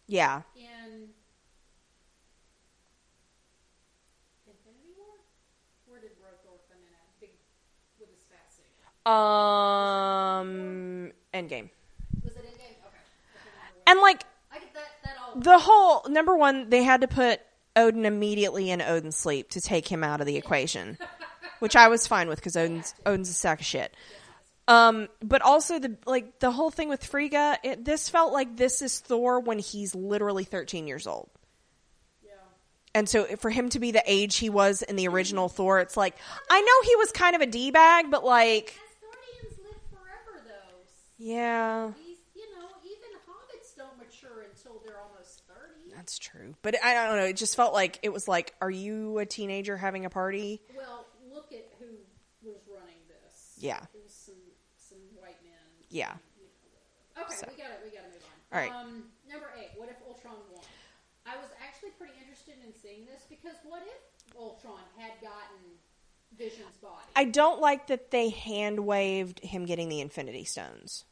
A: Yeah,
B: in Infinity War. Where did Brothor come in at? Big with his fat suit.
A: um, Endgame,
B: Was it in game? Okay. I couldn't remember where-
A: and like
B: I get that. That all.
A: the whole number one, they had to put Odin immediately in Odin's sleep to take him out of the equation, which I was fine with because Odin's Odin's a sack of shit. Um, but also the like the whole thing with Frigga, it, this felt like this is Thor when he's literally thirteen years old.
B: Yeah.
A: And so for him to be the age he was in the original Thor, it's like I know he was kind of a d bag, but like
B: As Guardians live forever, though.
A: yeah,
B: These, you know, even hobbits don't mature until they're almost thirty.
A: that's true. But I don't know. It just felt like it was like, are you a teenager having a party?
B: Well, look at who was running this.
A: Yeah.
B: It was some some white men.
A: Yeah.
B: You know, okay,
A: So.
B: we got it. We got to move on.
A: All right.
B: Um, number eight. What if Ultron won? I was actually pretty interested in seeing this because what if Ultron had gotten Vision's body?
A: I don't like that they hand waved him getting the Infinity Stones.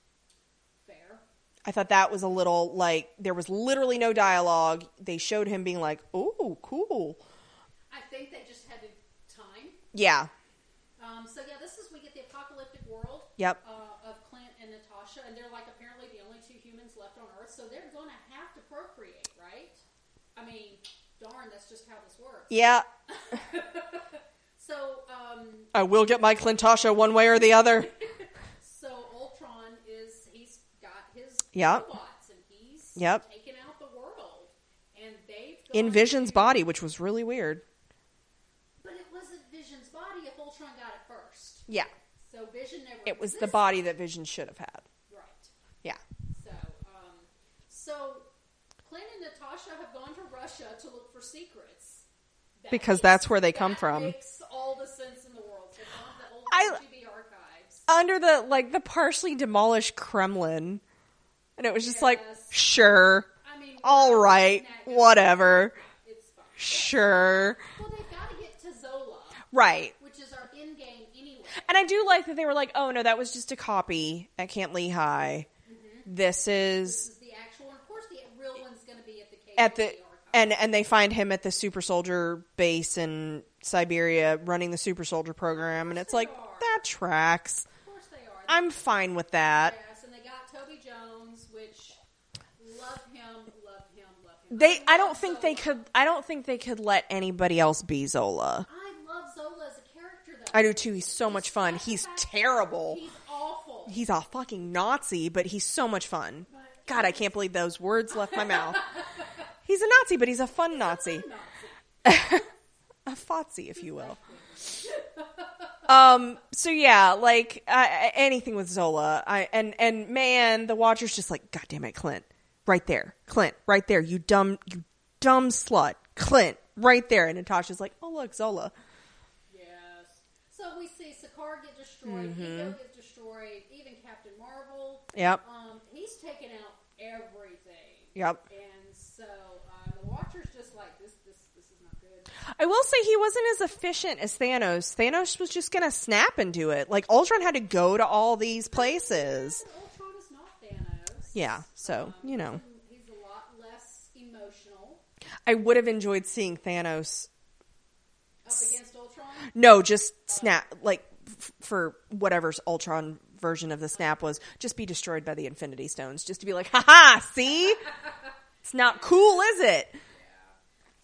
B: Fair.
A: I thought that was a little like there was literally no dialogue. They showed him being like, "Oh, cool."
B: I think they just had time.
A: Yeah.
B: Um, so yeah, this is we get the apocalyptic world.
A: Yep.
B: Uh, of Clint and Natasha, and they're like apparently the only two humans left on Earth, so they're gonna have to procreate, right? I mean, darn, that's just how this works.
A: Yeah.
B: So, um,
A: I will get my Clintasha one way or the other.
B: so Ultron is he's got his
A: Yep.
B: robots, and he's
A: Yep.
B: taken out the world, and they've
A: In
B: gone
A: Vision's
B: to-
A: body, which was really weird.
B: But it wasn't Vision's body if Ultron got it first.
A: Yeah.
B: So Vision never.
A: It was the
B: existed.
A: body that Vision should have had.
B: right?
A: Yeah.
B: So, um, so Clint and Natasha have gone to Russia to look for secrets. That
A: Because
B: makes-
A: that's where they
B: that
A: come from.
B: Makes all the sense in the world. They found the old
A: I-
B: KGB archives.
A: Under the like the partially demolished Kremlin. And it was just like,
B: Yes.
A: "Sure.
B: I mean,
A: All right.
B: that goes-
A: Whatever.
B: It's fine.
A: Sure."
B: Well, they've got to get to Zola,
A: Right.
B: which is our end game anyway.
A: And I do like that they were like, oh no, that was just a copy at Camp Lehigh. This
B: This
A: is
B: is the actual, and of course, the real one's going to be at the KGB
A: at the
B: archive.
A: and and they find him at the super soldier base in Siberia running the super soldier program, and it's like that tracks.
B: of course, they are.
A: I'm fine with that.
B: Yes, and they got Toby Jones, which love him, love him, love him.
A: They, I
B: love
A: don't think they
B: Zola.
A: could. I don't think they could let anybody else be Zola.
B: I love Zola as a character, though.
A: I do too. He's so much fun.
B: Despite
A: He's
B: the fact-
A: terrible.
B: He's awful.
A: He's a fucking Nazi, but he's so much fun. God, I can't believe those words left my mouth. He's a Nazi, but he's a fun Nazi. a Fotsy, if you will. Um. So yeah, like uh, anything with Zola, I and and man, the Watcher's just like, God damn it, Clint, right there, Clint, right there, you dumb, you dumb slut, Clint, right there. And Natasha's like, Oh look, Zola.
B: yes. So we see Sakaar get destroyed, Ego gets destroyed, even Captain Marvel.
A: Mm-hmm. Yep.
B: Um, he's taken out everything.
A: Yep.
B: And so uh, the Watcher's just like, this, this, this is not good.
A: I will say he wasn't as efficient as Thanos. Thanos was just gonna snap into it. Like Ultron had to go to all these places.
B: And Ultron is not Thanos. Um,
A: Yeah, so, you know.
B: He's a lot less emotional
A: I would have enjoyed seeing Thanos.
B: up against Ultron.
A: No, just snap like f- for whatever's Ultron version of the snap was. Just be destroyed by the Infinity Stones. Just to be like, haha, see, it's not cool, is it?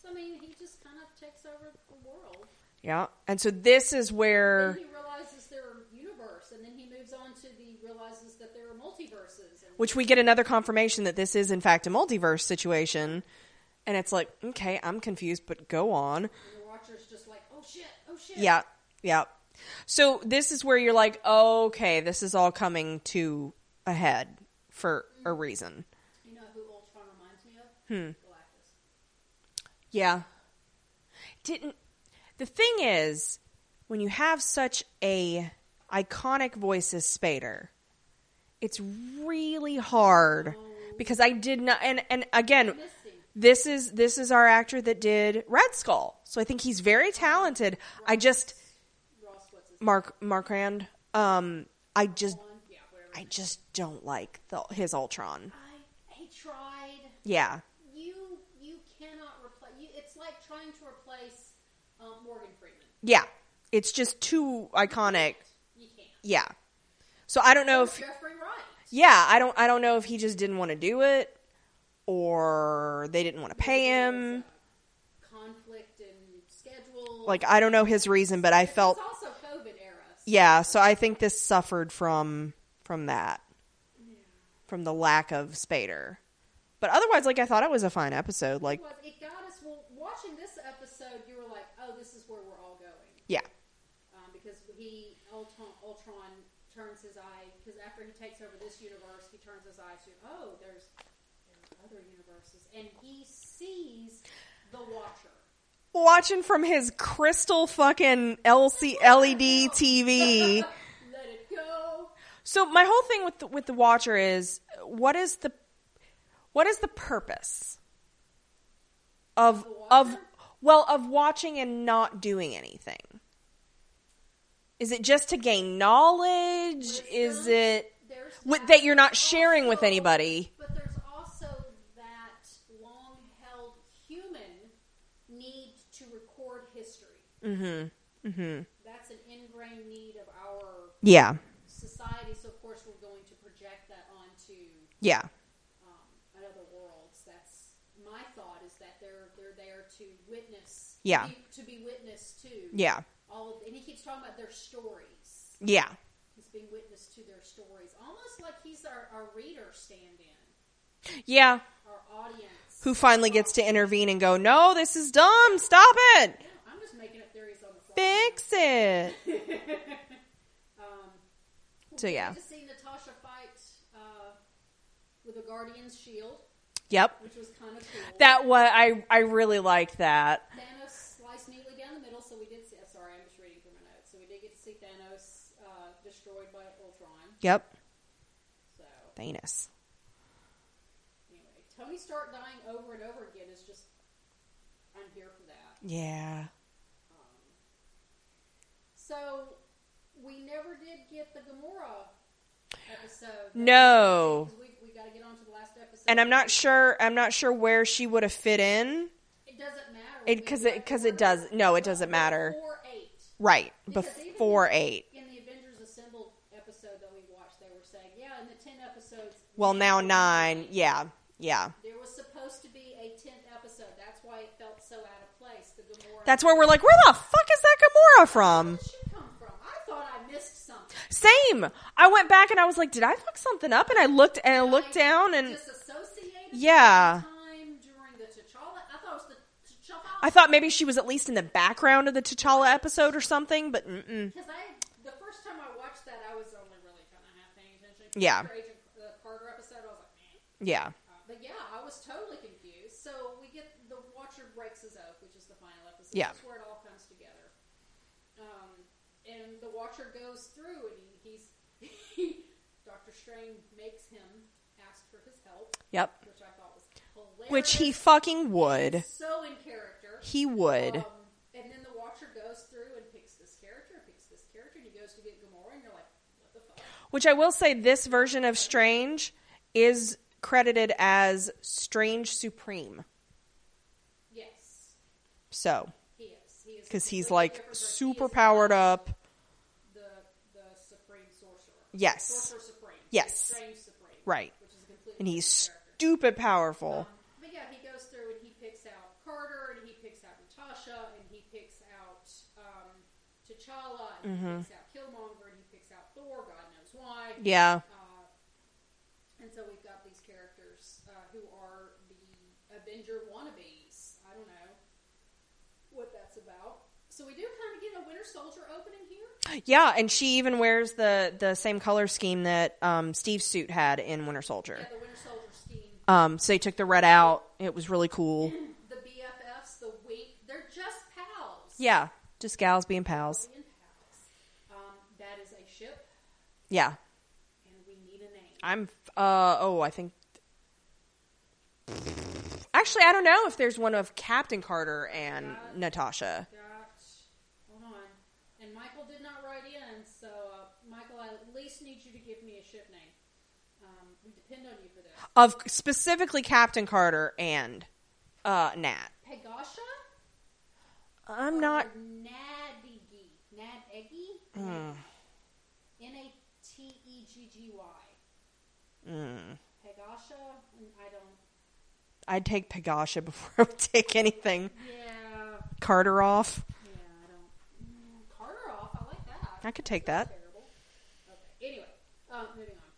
B: So I mean, he just kind of takes over the world.
A: Yeah. And so this is where
B: Then he realizes there are universe, and then he moves on to the realizes that there are multiverses. And
A: which we get another confirmation that this is in fact a multiverse situation. And it's like, okay, I'm confused, but go on.
B: the Watcher's just like, oh shit, oh shit.
A: Yeah. Yeah. So this is where you're like, okay, this is all coming to a head for a reason.
B: You know who Ultron reminds me of? Hmm. Galactus.
A: Yeah. Didn't the thing is when you have such a iconic voice as Spader, It's really hard because I did not and and again this is this is our actor that did Red Skull. So I think he's very talented. I just
B: Ross, what's his
A: Mark Markrand um I just I just don't like the, his Ultron.
B: I, he tried.
A: Yeah.
B: You you cannot replace. You, it's like trying to replace um, Morgan Freeman.
A: Yeah. It's just too iconic.
B: You can't.
A: Yeah. So I don't know if
B: Jeffrey Wright.
A: yeah, I don't I don't know if he just didn't want to do it or they didn't want to pay him.
B: Conflict and schedule.
A: Like I don't know his reason, but I felt
B: it's also COVID era. so
A: yeah, so I think this suffered from from that. From the lack of Spader. But otherwise like I thought it was a fine episode. Like
B: Well, it got us. Well, watching this episode, you were like, "Oh, this is where we're all going,"
A: yeah.
B: um, because he Ultron, Ultron turns his eye because after he takes over this universe, he turns his eyes to oh, there's there are other universes, and he sees the Watcher.
A: Watching from his crystal fucking LC LED TV.
B: Let it go.
A: So my whole thing with the, with the Watcher is what is the what is the purpose of of well of watching and not doing anything? Is it just to gain knowledge? Is
B: Wisdom.
A: it
B: There's
A: with, that you're not sharing with
B: also-
A: anybody?
B: But there's also that long-held human need to record history. Mm-hmm. Mm-hmm. That's an ingrained need of our
A: Yeah,
B: society. So of course we're going to project that onto
A: yeah,
B: um, another worlds. That's my thought is that they're they're there to witness.
A: Yeah.
B: To be, to be witnessed to.
A: yeah,
B: All of, and he keeps talking about their stories.
A: yeah,
B: He's being witness to their stories, almost like he's our, our reader stand-in,
A: yeah.
B: our audience.
A: Who finally gets to intervene and go? No, this is dumb. Stop it.
B: Yeah, I'm just making up theories on the fly.
A: Fix it.
B: Um,
A: So yeah,
B: I just see Natasha fight uh, with a guardian's shield,
A: yep.
B: which was kind of cool.
A: That what I I really liked that.
B: Thanos sliced neatly down the middle, so we did see. uh, Sorry, I'm just reading from my notes. So we did get to see Thanos uh, destroyed by Ultron.
A: Yep.
B: So
A: Thanos.
B: anyway, Tony Stark dying over and over again is just. I'm here for that.
A: Yeah.
B: Um, so we never did get the Gamora episode.
A: No.
B: Because we, we got to get on to the last episode.
A: And I'm not sure I'm not sure where she would have fit in.
B: It doesn't matter.
A: It- 'cause it- 'cause it does- no, it doesn't matter.
B: Four eight.
A: Right.
B: Because even
A: Before
B: in-
A: 8.
B: In the Avengers Assembled episode that we watched, they were saying, yeah, in the 10 episodes.
A: Well, now 9. Yeah. Yeah.
B: There was supposed to be a 10th episode. That's why it felt so out of place. The Gamora.
A: That's where we're like, where the fuck is that Gamora from?
B: Where did she come from? I thought I missed something.
A: Same. I went back and I was like, did I fuck something up? And I looked and I looked down and
B: Disassociated.
A: Yeah.
B: Time during the T'Challa. I thought it was the T'Challa.
A: I thought maybe she was at least in the background of the T'Challa episode or something, but mm-mm.
B: Because I, the first time I watched that, I was only really kind of half paying attention.
A: Yeah.
B: After Agent the Carter episode, I was like, man.
A: yeah.
B: Uh, but yeah, I was totally confused. So we get the Watcher breaks his oath, which is the final episode.
A: Yeah.
B: That's where it all comes together. Um, and the Watcher goes through, and he, he's Doctor Strange makes him ask for his help,
A: Yep.
B: which I thought was hilarious.
A: Which he fucking would.
B: so in character.
A: He would.
B: Um, and then the Watcher goes through and picks this character, picks this character, and he goes to get Gamora, and you're like, what the fuck?
A: Which I will say, this version of Strange is credited as Strange Supreme.
B: Yes,
A: So,
B: he is. He is
A: because he's
B: completely
A: like
B: different, but he is
A: super powered up.
B: The the Supreme Sorcerer.
A: Yes.
B: Sorcerer Supreme.
A: Yes.
B: Strange Supreme.
A: Right.
B: Which is a completely
A: And he's
B: different character.
A: stupid powerful.
B: Um, but yeah, he goes through and he picks out Carter and he picks out Natasha and he picks out um, T'Challa and
A: Mm-hmm.
B: he picks out Killmonger and he picks out Thor. God knows why.
A: Yeah.
B: Uh, and so we've got these characters uh, who are the Avenger wannabes. I don't know what that's about. So we do kind of get a Winter Soldier opening here.
A: Yeah. And she even wears the, the same color scheme that um, Steve's suit had in Winter Soldier.
B: Yeah, the Winter Soldier scheme.
A: Um, so they took the red out. It was really cool.
B: The BFFs, the Wink, they're just pals.
A: Yeah. Just gals being pals.
B: Being pals. Um, that is a ship,
A: Yeah.
B: and we need a name.
A: I'm uh oh, I think Actually, I don't know if there's one of Captain Carter and Natasha.
B: Gosh, hold on. And Michael did not write in, so uh, Michael, I at least need you to give me a ship name. Um, we depend on you for this.
A: Of specifically Captain Carter and uh Nat.
B: Pegasha?
A: I'm not
B: Or Nadigi. Nadeggy?
A: Mm.
B: N A T E G G Y. Pegasha? Mm, I don't.
A: Mm, I'd take Pegasha before I would take anything
B: Yeah.
A: Carter off.
B: Yeah, I don't. Mm, Carter off. I like that.
A: I could take that.
B: Terrible. Okay. Anyway, um, moving on.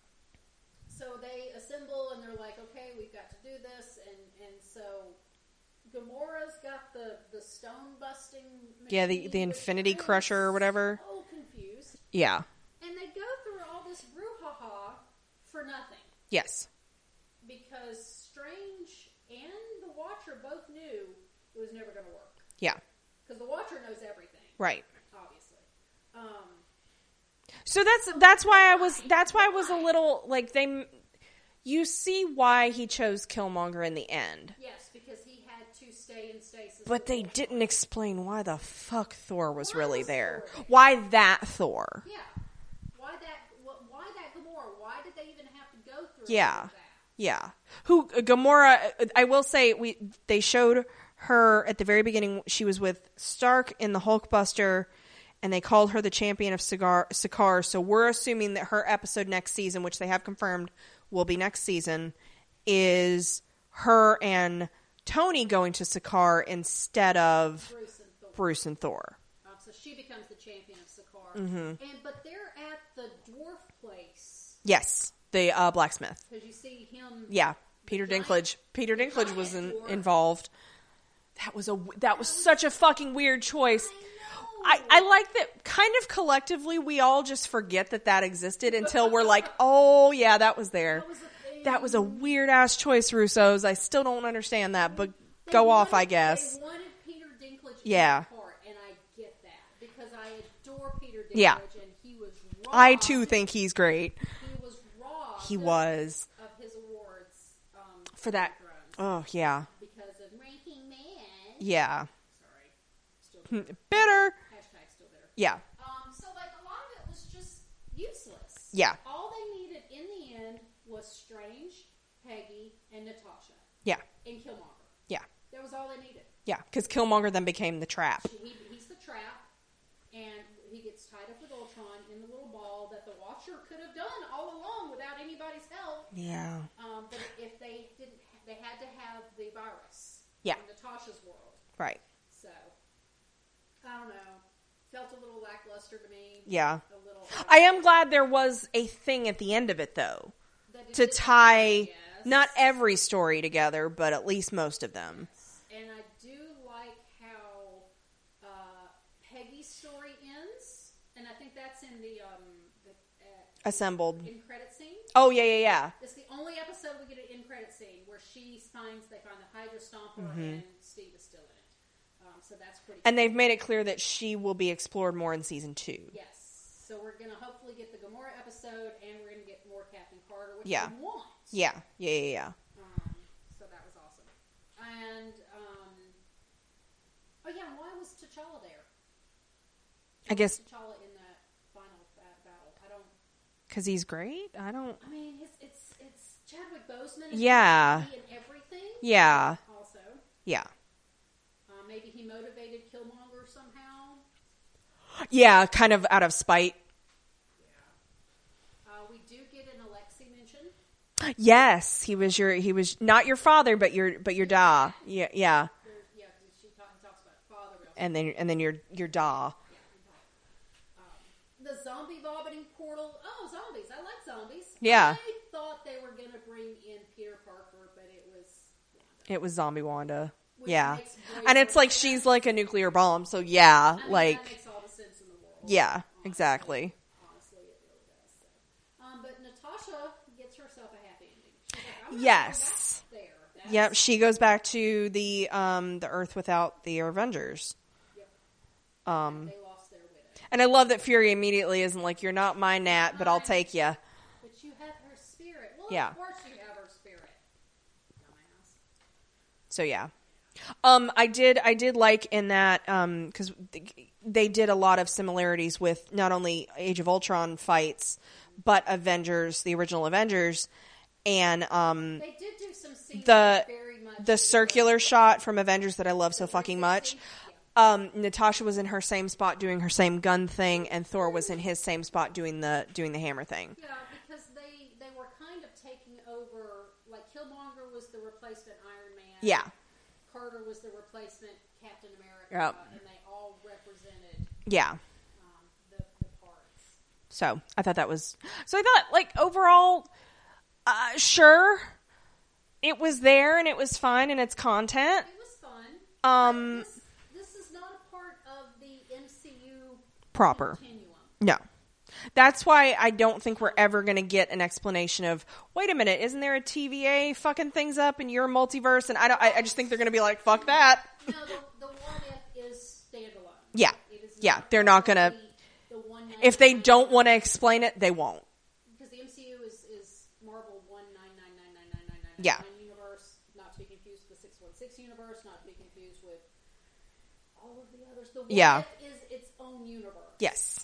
B: So they assemble and they're like, okay, we've got to do this, and and so. Gamora's got the, the stone busting.
A: Yeah, the
B: machine,
A: the
B: which
A: Infinity
B: I was
A: Crusher or whatever.
B: So confused,
A: Yeah.
B: and they go through all this brouhaha for nothing
A: Yes.
B: because Strange and the Watcher both knew it was never going to work
A: Yeah.
B: because the Watcher knows everything,
A: Right.
B: obviously. Um,
A: So that's that's why I was that's why I was a little like they you see why he chose Killmonger in the end.
B: Yes, because he had to stay in stasis.
A: But they
B: with the
A: didn't explain why the fuck Thor was
B: Why
A: really
B: was
A: there.
B: Thor there?
A: Why that Thor?
B: Watcher. Yeah. Why that? wh- Why that Gamora? Why did they even have to go through? all
A: Yeah.
B: of that?
A: Yeah. Who Gamora I will say we they showed her at the very beginning she was with Stark in the Hulkbuster and they called her the champion of Cigar Sakaar, so we're assuming that her episode next season, which they have confirmed will be next season, is her and Tony going to Sakaar instead of
B: Bruce and Thor.
A: Bruce and Thor.
B: Um, so she becomes the champion of Sakaar.
A: Mm-hmm.
B: And but they're at the dwarf place
A: Yes, the uh, blacksmith.
B: because you see him.
A: Yeah, Peter
B: giant-
A: Dinklage. Peter
B: the
A: Dinklage was in,
B: giant dwarf.
A: involved. That was a w- that was such a fucking weird choice. I,
B: I know.
A: I like that kind of collectively we all just forget that that existed until we're like, oh yeah, that was there.
B: That was a thing.
A: That was a weird ass choice, Russo's. I still don't understand that, but
B: They
A: go off,
B: wanted-
A: I guess.
B: They wanted Peter Dinklage.
A: Yeah.
B: In the part, and I get that because I adore Peter Dinklage.
A: Yeah.
B: And he was. Raw.
A: I too think he's great.
B: He was raw.
A: He was
B: of his awards um,
A: for that.
B: Thrones
A: Oh yeah,
B: because of Ranking Man.
A: yeah.
B: Sorry, still
A: Bitter.
B: hashtag still there.
A: Yeah,
B: Um, so like a lot of it was just useless.
A: Yeah.
B: All they needed in the end was Strange, Peggy, and Natasha,
A: yeah,
B: and Killmonger.
A: yeah,
B: That was all they needed.
A: yeah. Because Killmonger then became the trap.
B: He, he's the trap, and he gets tied up with Ultron in the little ball that the Watcher could have done all along without anybody's help.
A: Yeah.
B: Um, but if they didn't, they had to have the virus.
A: Yeah.
B: In Natasha's world.
A: Right.
B: So, I don't know. Felt a little lackluster to me.
A: Yeah.
B: A little.
A: I am glad there was a thing at the end of it though
B: that it
A: to
B: did-
A: tie
B: Yes.
A: not every story together, but at least most of them.
B: And I do like how uh, Peggy's story ends, and I think that's in the um the uh,
A: Assembled.
B: in credit scene.
A: Oh yeah, yeah, yeah.
B: It's the only episode we get an in credit scene where she finds they find the Hydra Stomper and Steve is still in it. Um, so that's pretty.
A: Mm-hmm. And they've made it clear that she will be explored more in season two.
B: Yes. So we're gonna hopefully get the Gamora episode, and we're gonna get more Captain Carter, which
A: Yeah.
B: we want.
A: Yeah, yeah, yeah, yeah.
B: Um, so that was awesome. And um, oh yeah, and why was T'Challa there?
A: I guess
B: T'Challa in that final ba- battle. I don't.
A: because he's great. I don't.
B: I mean, it's it's it's Chadwick Boseman. and
A: Yeah.
B: he and everything.
A: Yeah,
B: Also,
A: yeah,
B: uh, maybe he motivated Killmonger somehow.
A: yeah. Kind of out of spite.
B: Uh, we do get an Alexi mention.
A: Yes, he was your. He was not your father, but your. But your da. Yeah, yeah.
B: There's, yeah, 'cause she ta- talks about father. real-
A: And then and then your your da.
B: Yeah, we talk. Um, the zombie vomiting portal. Oh, zombies! I like zombies.
A: Yeah.
B: I thought they were gonna bring in Peter Parker, but it was
A: It was Zombie Wanda.
B: Which
A: yeah.
B: makes way
A: And
B: more
A: it's like
B: sense.
A: she's like a nuclear bomb, so yeah,
B: I mean, that
A: like
B: makes all the sense in the world.
A: yeah,
B: honestly.
A: exactly.
B: Honestly, it really does. So. Um, but Natasha gets herself a happy ending. She's like, "I'm gonna go
A: Yes.
B: back there. That's-
A: Yep, she goes back to the um the Earth without the Avengers.
B: Yep.
A: Um
B: They lost their widow,
A: and I love that Fury immediately isn't like you're not my Nat, but I'll take you.
B: but you have her spirit. Well,
A: Yeah.
B: of course you have her spirit. Dumbass.
A: So yeah. Um, I did. I did like in that because they did a lot of similarities with not only Age of Ultron fights, but Avengers, the original Avengers, and um,
B: They did do some scenes
A: The-
B: that very much
A: the circular shot from Avengers that I love so fucking much. Um, Natasha was in her same spot doing her same gun thing, and Thor was in his same spot doing the doing the hammer thing.
B: Yeah, because they they were kind of taking over. Like Killmonger was the replacement Iron Man.
A: Yeah,
B: Carter was the replacement Captain America.
A: Yep.
B: And they all represented
A: yeah.
B: um, the, the parts.
A: So I thought that was. So I thought, like, overall, uh, sure, it was there and it was fun and it's content.
B: It was fun.
A: Um,
B: This, this is not a part of the MCU
A: proper.
B: continuum.
A: No. That's why I don't think we're ever going to get an explanation of, wait a minute, isn't there a TVA fucking things up in your multiverse? And I, don't, I, I just think they're going to be like, fuck that.
B: No, the, the what if is standalone.
A: Yeah.
B: It is
A: Yeah, they're not
B: part
A: gonna-
B: of the- the one
A: If they don't want to explain it, they won't.
B: because the MCU is is Marvel one nine nine nine nine nine nine nine
A: Yeah.
B: universe, not to be confused with the six one six universe, not to be confused with all of the others. The what
A: Yeah.
B: if is its own universe.
A: Yes.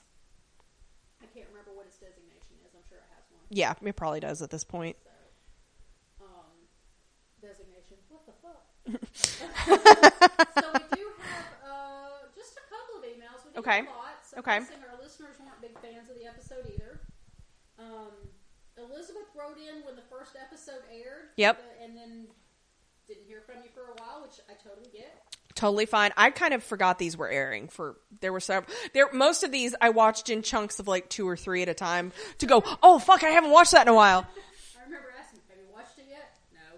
B: I can't remember what its designation is. I'm sure it has one.
A: Yeah, it probably does at this point.
B: So, um, designation. What the fuck? so we do have uh, just a couple of emails. We didn't
A: Okay.
B: get a lot. So I'm
A: Okay.
B: guessing our listeners weren't big fans of the episode either. Um, Elizabeth wrote in when the first episode aired.
A: Yep.
B: uh, and then didn't hear from you for a while, which I totally get.
A: Totally fine. I kind of forgot these were airing for there were several there most of these I watched in chunks of like two or three at a time to go, "Oh fuck, I haven't watched that in a while."
B: I remember asking, "Have you watched it yet?" No.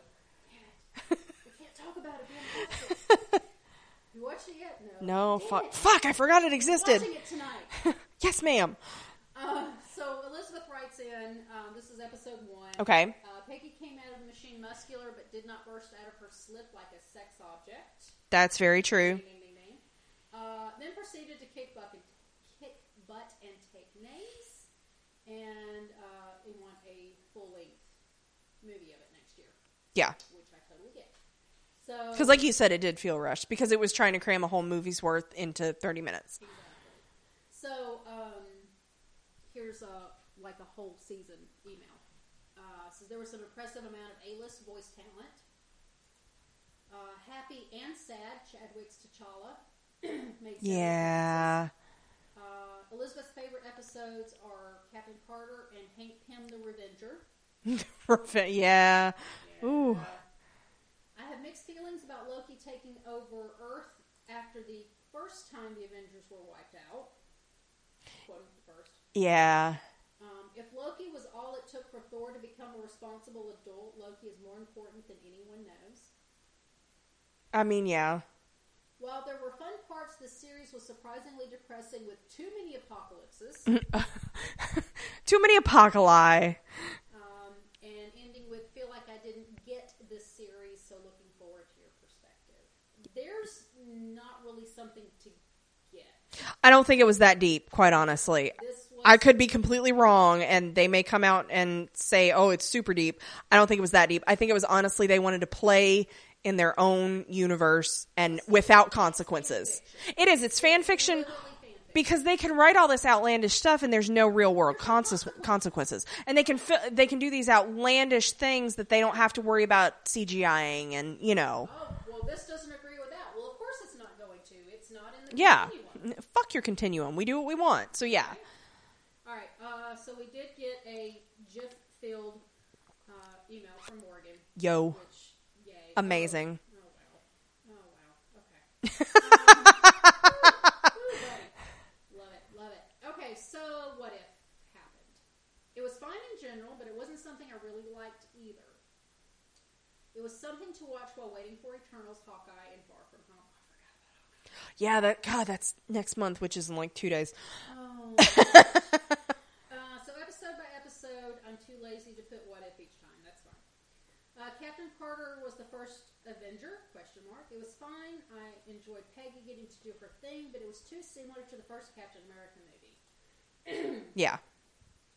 B: Damn it. we can't talk about it. We haven't watched it. you watched it yet? No.
A: No,
B: Damn
A: fuck
B: it.
A: fuck, I forgot it existed.
B: Watching it tonight.
A: Yes, ma'am.
B: Um, so Elizabeth writes in. Um, this is episode one.
A: Okay.
B: Uh, Peggy came out of the machine muscular, but did not burst out of her slip like a sex object.
A: That's very true.
B: Ding, ding, ding, ding. Uh, then proceeded to kick butt and, kick butt and take names, and uh, they want a full length movie of it next year,
A: Yeah.
B: which I totally get. So
A: Cuz like you said it did feel rushed because it was trying to cram a whole movie's worth into 30 minutes.
B: So um, here's a like a whole season email. Uh, says there was some impressive amount of A-list voice talent. Uh, happy and sad, Chadwick's T'Challa. made several
A: Yeah.
B: appearances. Uh, Elizabeth's favorite episodes are Captain Carter and Hank Pym the Revenger.
A: Perfect. Yeah. Ooh.
B: I have mixed feelings about Loki taking over Earth after the first time the Avengers were wiped out. Quote, first.
A: Yeah.
B: Um, if Loki was all it took for Thor to become a responsible adult, Loki is more important than anyone knows.
A: I mean, yeah.
B: While there were fun parts, the series was surprisingly depressing with too many apocalypses,
A: Too many apocalypse.
B: um, and ending with feel like I didn't get this series, so looking forward to your perspective. There's not really something to get.
A: I don't think it was that deep, quite honestly.
B: This was
A: I could be completely wrong, and they may come out and say, "Oh, it's super deep." I don't think it was that deep. I think it was honestly they wanted to play in their own universe and without consequences. It is. It's fan fiction because they can write all this outlandish stuff, and there's no real world conse- consequences. And they can fi- they can do these outlandish things that they don't have to worry about CGIing, and you know,
B: oh well, this doesn't agree with that. Well, of course it's not going to. It's not in the
A: yeah,
B: continuum.
A: N- fuck your continuum. We do what we want. So yeah,
B: All right, uh, so we did get a GIF filled uh, email from Morgan,
A: yo,
B: which, yay.
A: amazing.
B: Oh, wow. Oh, wow. Okay. um, ooh, ooh, love it. Love it. Love it. Okay, so what if happened? It was fine in general, but it wasn't something I really liked either. It was something to watch while waiting for Eternals, Hawkeye, and Far From Home. I forgot about
A: Yeah, that God, that's next month, which is in like two days.
B: Oh. uh, so episode by episode, I'm too lazy to put what if each time. That's fine. Uh, Captain Carter was the first Avenger? Question mark. It was fine. I enjoyed Peggy getting to do her thing, but it was too similar to the first Captain America movie.
A: Yeah,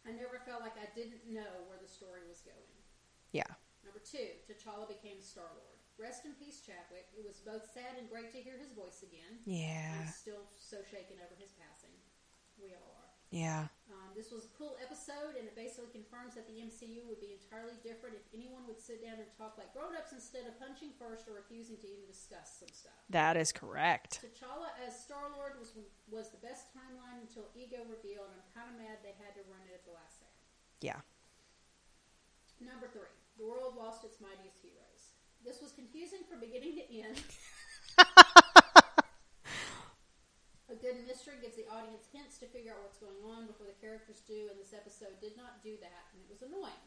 B: I never felt like I didn't know where the story was going.
A: Yeah.
B: Number two, T'Challa became Star Lord. Rest in peace, Chadwick. It was both sad and great to hear his voice again.
A: Yeah.
B: I'm still so shaken over his passing. We all are.
A: Yeah.
B: Um, this was a cool episode, and it basically confirms that the MCU would be entirely different if anyone would sit down and talk like grown-ups instead of punching first or refusing to even discuss some stuff.
A: That is correct.
B: T'Challa as Star Lord was was the best timeline until Ego reveal, and I'm kind of mad they had to run it at the last second.
A: Yeah.
B: Number three, the world lost its mightiest heroes. This was confusing from beginning to end. A good mystery gives the audience hints to figure out what's going on before the characters do, and this episode did not do that, and it was annoying.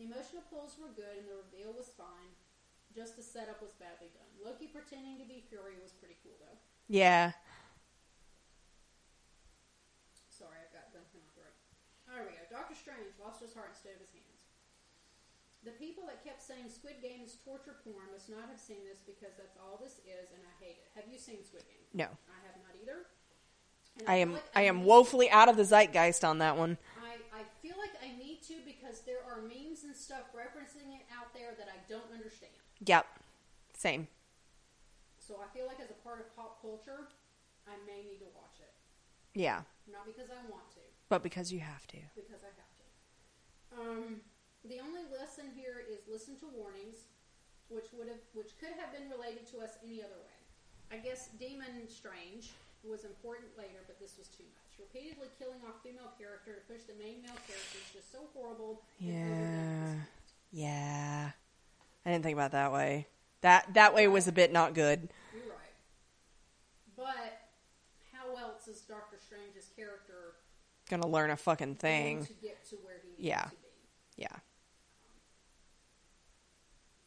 B: The emotional pulls were good, and the reveal was fine. Just the setup was badly done. Loki pretending to be Fury was pretty cool, though.
A: Yeah.
B: Sorry, I've got gunk in my throat. There we go. Doctor Strange lost his heart instead of his hands. The people that kept saying Squid Game is torture porn must not have seen this because that's all this is, and I hate it. Have you seen Squid Game?
A: No.
B: I have not either. And
A: I
B: feel
A: am
B: like
A: I am
B: need-
A: woefully out of the zeitgeist on that one.
B: I, I feel like I need to because there are memes and stuff referencing it out there that I don't understand.
A: Yep. Same.
B: So I feel like as a part of pop culture, I may need to watch it.
A: Yeah.
B: Not because I want to,
A: But because you have to.
B: because I have to. Um, the only lesson here is listen to warnings, which would have, which could have been related to us any other way. I guess Demon Strange was important later, but this was too much. Repeatedly killing off female character to push the main male character is just so horrible. and overdone at this
A: Yeah.
B: point.
A: Yeah. I didn't think about it that way. That that way was a bit not good.
B: You're right. But how else is Doctor Strange's character
A: Gonna learn a fucking
B: going
A: thing.
B: to get to where he needs
A: Yeah.
B: to be?
A: Yeah.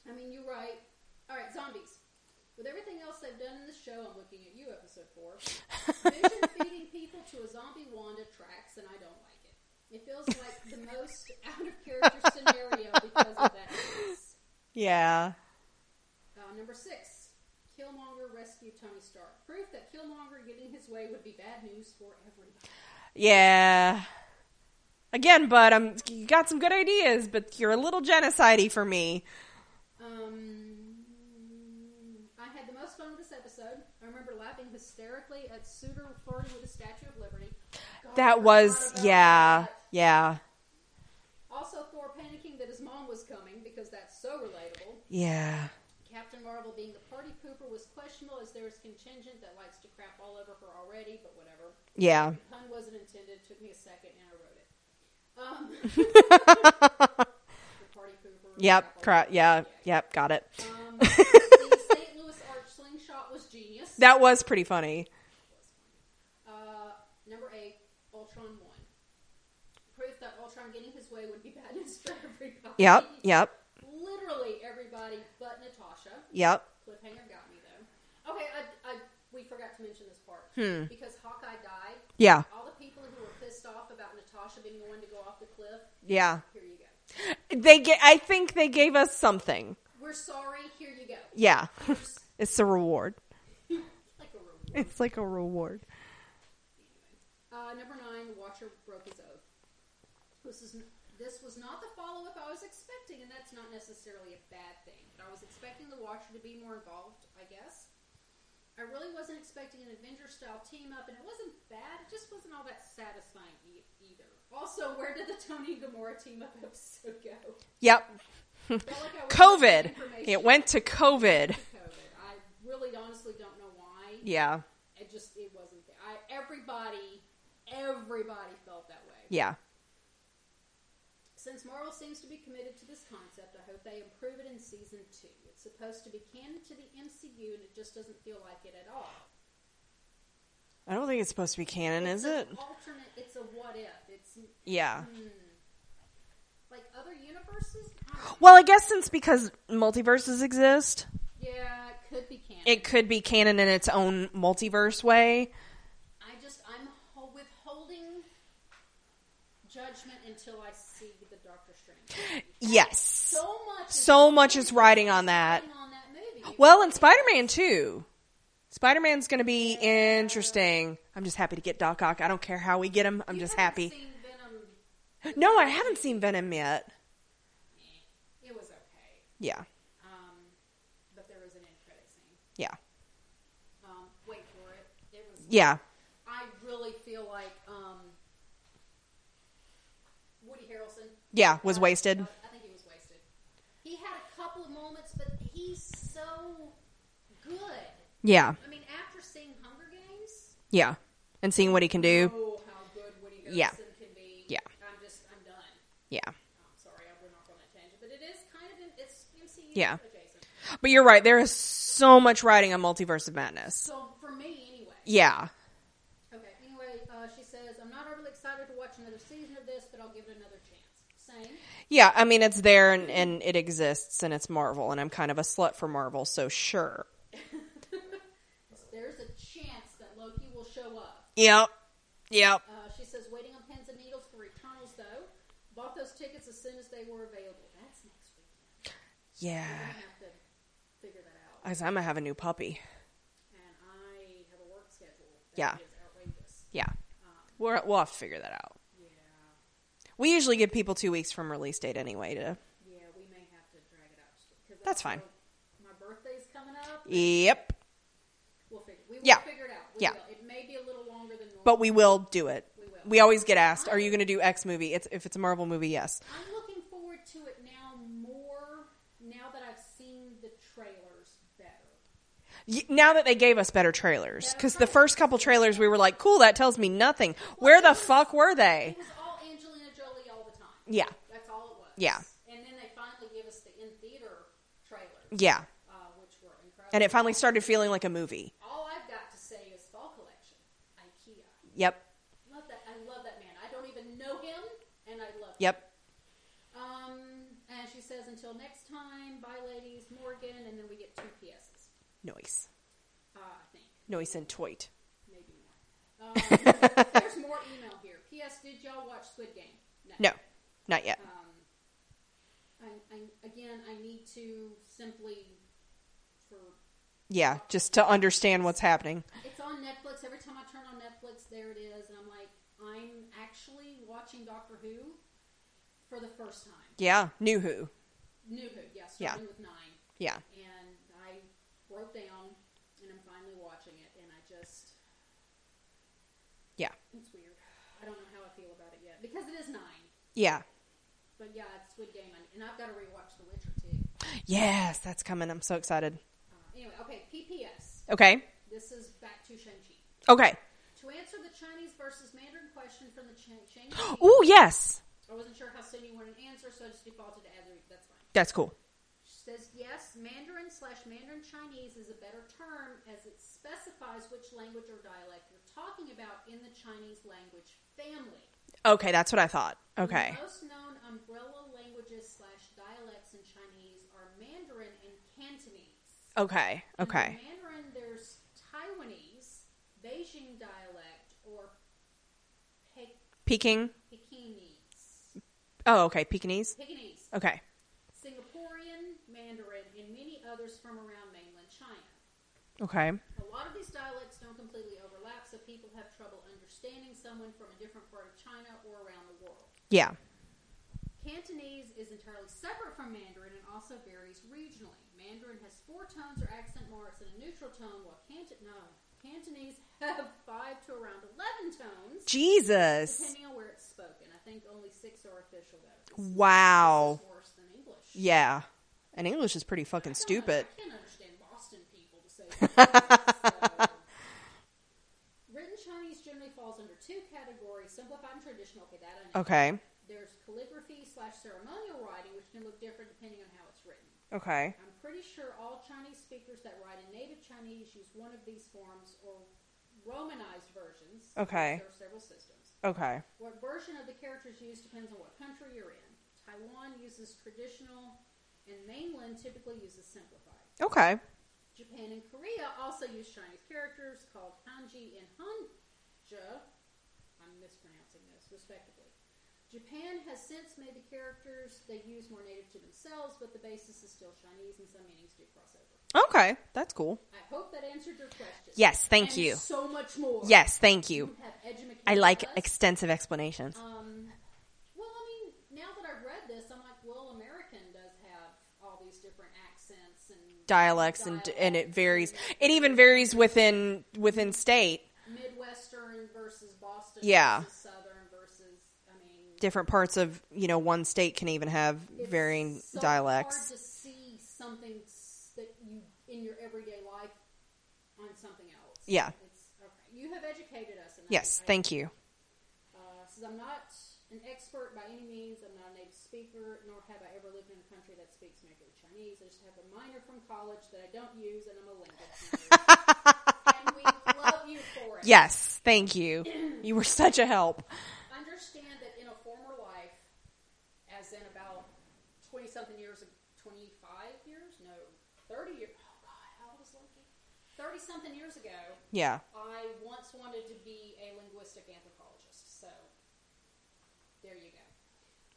B: I mean, you're right. All right, zombies. With everything else they've done in the show, I'm looking at you, episode four. Vision feeding people to a zombie Wanda tracks, and I don't like it. It feels like the most out of character scenario because of that. choice.
A: Yeah.
B: Uh, number six, Killmonger rescue Tony Stark. Proof that Killmonger getting his way would be bad news for everybody.
A: Yeah. Again, bud, I'm you got some good ideas, but you're a little genocide for me.
B: Um, I had the most fun with this episode. I remember laughing hysterically at Suter flirting with the Statue of Liberty. God, I
A: That
B: forgot
A: was
B: about
A: yeah.
B: that.
A: Yeah.
B: Also, Thor panicking that his mom was coming because that's so relatable.
A: Yeah.
B: Captain Marvel being the party pooper was questionable as there is contingent that likes to crap all over her already, but whatever.
A: Yeah.
B: Pun wasn't intended. Took me a second and I wrote it. Um, the party pooper.
A: Yep. Crap. Yeah. Yep. Got it.
B: Um, the St. Louis arch slingshot was genius.
A: That was pretty funny.
B: Uh, number eight, Ultron one. Proof that Ultron getting his way would be bad news for everybody.
A: Yep. Yep.
B: Literally everybody but Natasha.
A: Yep.
B: Cliffhanger got me though. Okay, I, I, we forgot to mention this part
A: Hmm.
B: because Hawkeye died.
A: Yeah.
B: All the people who were pissed off about Natasha being the one to go off the cliff.
A: Yeah.
B: Here you go.
A: They get I think they gave us something.
B: We're sorry. Here you go.
A: Yeah.
B: Here's
A: it's a reward.
B: like a reward.
A: It's like a reward.
B: Uh, number nine, the Watcher broke his oath. This is this was not the follow up I was expecting, and that's not necessarily a bad thing. But I was expecting the Watcher to be more involved, I guess. I really wasn't expecting an Avenger style team up, and it wasn't bad. It just wasn't all that satisfying e- either. Also, where did the Tony and Gamora team up episode go?
A: Yep.
B: Felt like I was
A: COVID.
B: missing information.
A: It went to COVID.
B: COVID. I really honestly don't know why.
A: Yeah.
B: It just it wasn't there. I everybody everybody felt that way.
A: Yeah.
B: Since Marvel seems to be committed to this concept, I hope they improve it in season two. It's supposed to be canon to the MCU, and it just doesn't feel like it at all.
A: I don't think it's supposed to be canon, is it?
B: It's an alternate. It's a what if. It's
A: Yeah.
B: like other universes. I-
A: Well, I guess since because multiverses exist,
B: Yeah, it could be canon.
A: it could be canon in its own multiverse way.
B: I just I'm ho- withholding judgment until I see the Doctor Strange.
A: Yes.
B: So much. is-
A: So much is riding on that.
B: on that movie.
A: Well, and Spider-Man too. Spider-Man's going to be interesting. I'm just happy to get Doc Ock. I don't care how we get him. I'm
B: You
A: just
B: haven't
A: happy.
B: Seen Venom.
A: No, I haven't seen Venom yet.
B: It was okay.
A: Yeah.
B: Um, but there was an end credit scene.
A: Yeah.
B: Um, wait for it. It was.
A: Yeah.
B: I really feel like um, Woody Harrelson.
A: Yeah, was
B: I-
A: wasted.
B: I think he was wasted. He had a couple of moments, but he's so good.
A: Yeah.
B: I mean, after seeing Hunger Games,
A: Yeah. And seeing what he can do.
B: oh, how good Woody Harrelson
A: Yeah.
B: can be.
A: Yeah.
B: I'm just, I'm done.
A: Yeah.
B: I'm sorry, I went off on that tangent, but it is kind of, an- it's MCU
A: Yeah.
B: adjacent.
A: But you're right. There is so much writing on Multiverse of Madness.
B: So for me, anyway.
A: Yeah.
B: Okay. Anyway, uh, she says, "I'm not overly excited to watch another season of this, but I'll give it another chance." Same.
A: Yeah. I mean, it's there and, and it exists and it's Marvel, and I'm kind of a slut for Marvel, so sure.
B: There's a chance that Loki will show up.
A: Yep. Yep.
B: Uh, she says, "Waiting on pins and needles for Eternals, though. Bought those tickets as soon as they were available. That's next week.
A: Yeah.
B: We're gonna have to figure that out.
A: Because I'm going to have a new puppy.
B: And I have a work schedule. That
A: Yeah.
B: is outrageous.
A: Yeah. We're, we'll have to figure that out.
B: Yeah.
A: We usually give people two weeks from release date anyway to.
B: Yeah. We may have to drag it out because
A: That's fine.
B: My birthday's coming up.
A: Yep.
B: We'll figure. We will
A: Yeah.
B: figure it out. We
A: Yeah.
B: Will. It may be a little longer than normal.
A: But we will do it.
B: We will.
A: We always get asked, are you going to do X movie? It's If it's a Marvel movie, yes.
B: I'm looking forward to it now more now that I've seen the trailers better.
A: Y- Now that they gave us better trailers, because the first couple trailers we were like, cool, that tells me nothing. Where the fuck were they?
B: It was all Angelina Jolie all the time.
A: Yeah.
B: That's all it was.
A: Yeah.
B: And then they finally gave us the in theater trailers,
A: Yeah.
B: uh, which were incredible.
A: And it finally started feeling like a movie.
B: all I've got to say is fall collection, IKEA.
A: Yep.
B: Love that. I love that man. I don't even know him, and I love. him.
A: Yep.
B: Um, and she says, "Until next time, bye, ladies." Morgan, and then we get two PSs.
A: Noise.
B: Uh, I think.
A: Noise and toit.
B: Maybe more. Um, there's more email here. P.S. Did y'all watch Squid Game?
A: No, not yet.
B: Um, I, I, again, I need to simply for
A: Yeah, just to understand what's happening.
B: it's on Netflix. Every time I turn on Netflix, there it is, and I'm like, I'm actually watching Doctor Who for the first time.
A: Yeah. New Who.
B: New Who, yeah,
A: Yeah.
B: starting with nine,
A: Yeah.
B: and I wrote down, and I'm finally watching it, and I just
A: Yeah.
B: it's weird. I don't know how I feel about it yet because it is nine.
A: Yeah.
B: But yeah, it's Squid Game, and- and I've got to rewatch The Witcher too.
A: Yes, that's coming. I'm so excited.
B: Uh, anyway, okay, PPS.
A: Okay.
B: This is back to Shang-Chi.
A: Okay.
B: To answer the Chinese versus Mandarin question from the Chang- Shang
A: Oh, yes.
B: I wasn't sure how soon you wanted an answer, so I just defaulted to either. That's fine.
A: That's cool.
B: She says, yes, Mandarin slash Mandarin Chinese is a better term as it specifies which language or dialect you're talking about in the Chinese language family.
A: Okay, that's what I thought. Okay.
B: The most known umbrella languages slash dialects in Chinese are Mandarin and Cantonese.
A: Okay. Okay.
B: In Mandarin, there's Taiwanese, Beijing dialect, or Pe-
A: Peking.
B: Pekingese.
A: Oh, okay. Pekingese.
B: Pekingese.
A: Okay.
B: Singaporean, Mandarin, and many others from around mainland China.
A: Okay.
B: A lot of these dialects don't completely overlap, so people have trouble understanding someone from a different part of China or around the world.
A: Yeah.
B: Cantonese is entirely separate from Mandarin and also varies regionally. Mandarin has four tones or accent marks and a neutral tone, while Canton- no, Cantonese have five to around 11 tones,
A: Jesus.
B: depending on where it's spoken. I think only six are official, though.
A: Wow.
B: It's worse than English.
A: Yeah. And English is pretty
B: I
A: fucking
B: don't know,
A: stupid.
B: I can't understand Boston people to say that. So, Written Chinese generally falls under two categories, simplified and traditional. Okay, that I know.
A: Okay.
B: There's calligraphy slash ceremonial writing, which can look different depending on how it's written.
A: Okay.
B: I'm pretty sure all Chinese speakers that write in native Chinese use one of these forms or Romanized versions.
A: Okay.
B: There are several systems.
A: Okay.
B: What version of the characters used depends on what country you're in. Taiwan uses traditional, and mainland typically uses simplified.
A: Okay.
B: Japan and Korea also use Chinese characters called Hanji and Hanja. I'm mispronouncing this, respectively. Japan has since made the characters they use more native to themselves, but the basis is still Chinese, and some meanings do cross over.
A: Okay. That's cool.
B: I hope that answered your question.
A: Yes, thank
B: And
A: you.
B: So much more.
A: Yes, thank you.
B: Have edumacated
A: I like
B: us.
A: extensive explanations.
B: Um, well, I mean, now that I've read this, I'm like, well, American does have all these different
A: dialects and and it varies. It even varies within within state,
B: Midwestern versus Boston
A: Yeah.
B: versus Southern versus, I mean,
A: different parts of you know one state can even have
B: it's
A: varying
B: so
A: dialects.
B: hard to see something s- that you, in your everyday life, on something else.
A: Yeah.
B: It's, okay. You have educated us. And I-
A: Yes,
B: I
A: thank you.
B: Uh, says, I'm not an expert by any means. I'm not a native speaker, nor have I ever lived in a country that speaks native Chinese. I just have a minor from college that I don't use, and I'm a linguist. and we love you for it.
A: Yes, thank you. You were such a help.
B: Understand that in a former life, as in about 20 something years, ag- 25 years? No, 30 years. Oh, God, how old is Loki? 30 something years ago,
A: Yeah.
B: I once wanted to be a linguistic anthropologist. So there you go.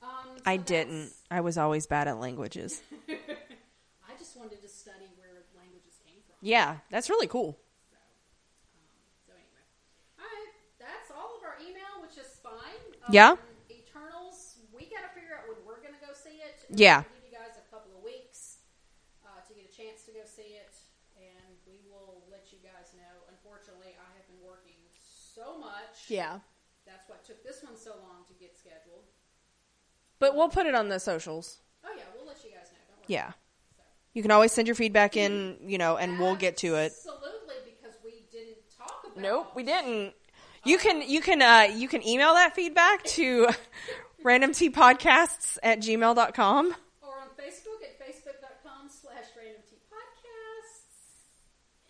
B: Um, so
A: I
B: that's-
A: didn't. I was always bad at languages.
B: I just wanted to study where languages came from.
A: Yeah, that's really cool.
B: So, um, so anyway, all right, that's all of our email, which is fine. Um,
A: Yeah.
B: Eternals, we got to figure out when we're going to go see it.
A: Yeah.
B: We'll give you guys a couple of weeks uh, to get a chance to go see it, and we will let you guys know. Unfortunately, I have been working so much.
A: Yeah.
B: That's what took this one so long to get scheduled.
A: But we'll put it on the socials.
B: Oh yeah, we'll let you guys know. Don't worry.
A: Yeah. You can always send your feedback in, you know, and we'll get to it.
B: Absolutely, because we didn't talk about.
A: Nope, we didn't. You can you can uh you can email that feedback to randomtpodcasts at gmail.com.
B: or on Facebook at facebook.com slash randomtpodcasts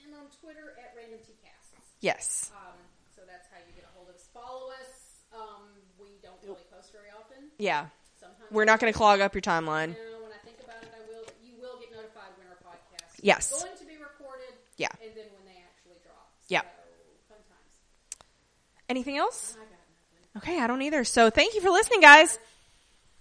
B: and on Twitter at randomtcasts.
A: Yes.
B: Um, so that's how you get a hold of us. Follow us. Um, we don't really post very often.
A: Yeah.
B: Sometimes
A: We're not gonna clog up your timeline.
B: Now, when I think about it, I will. but You will get notified when our podcast
A: Yes.
B: is going to be recorded.
A: Yeah.
B: And then when they actually drop.
A: Yeah.
B: So, fun times.
A: Anything else?
B: I got nothing.
A: Okay, I don't either. So thank you for listening, guys.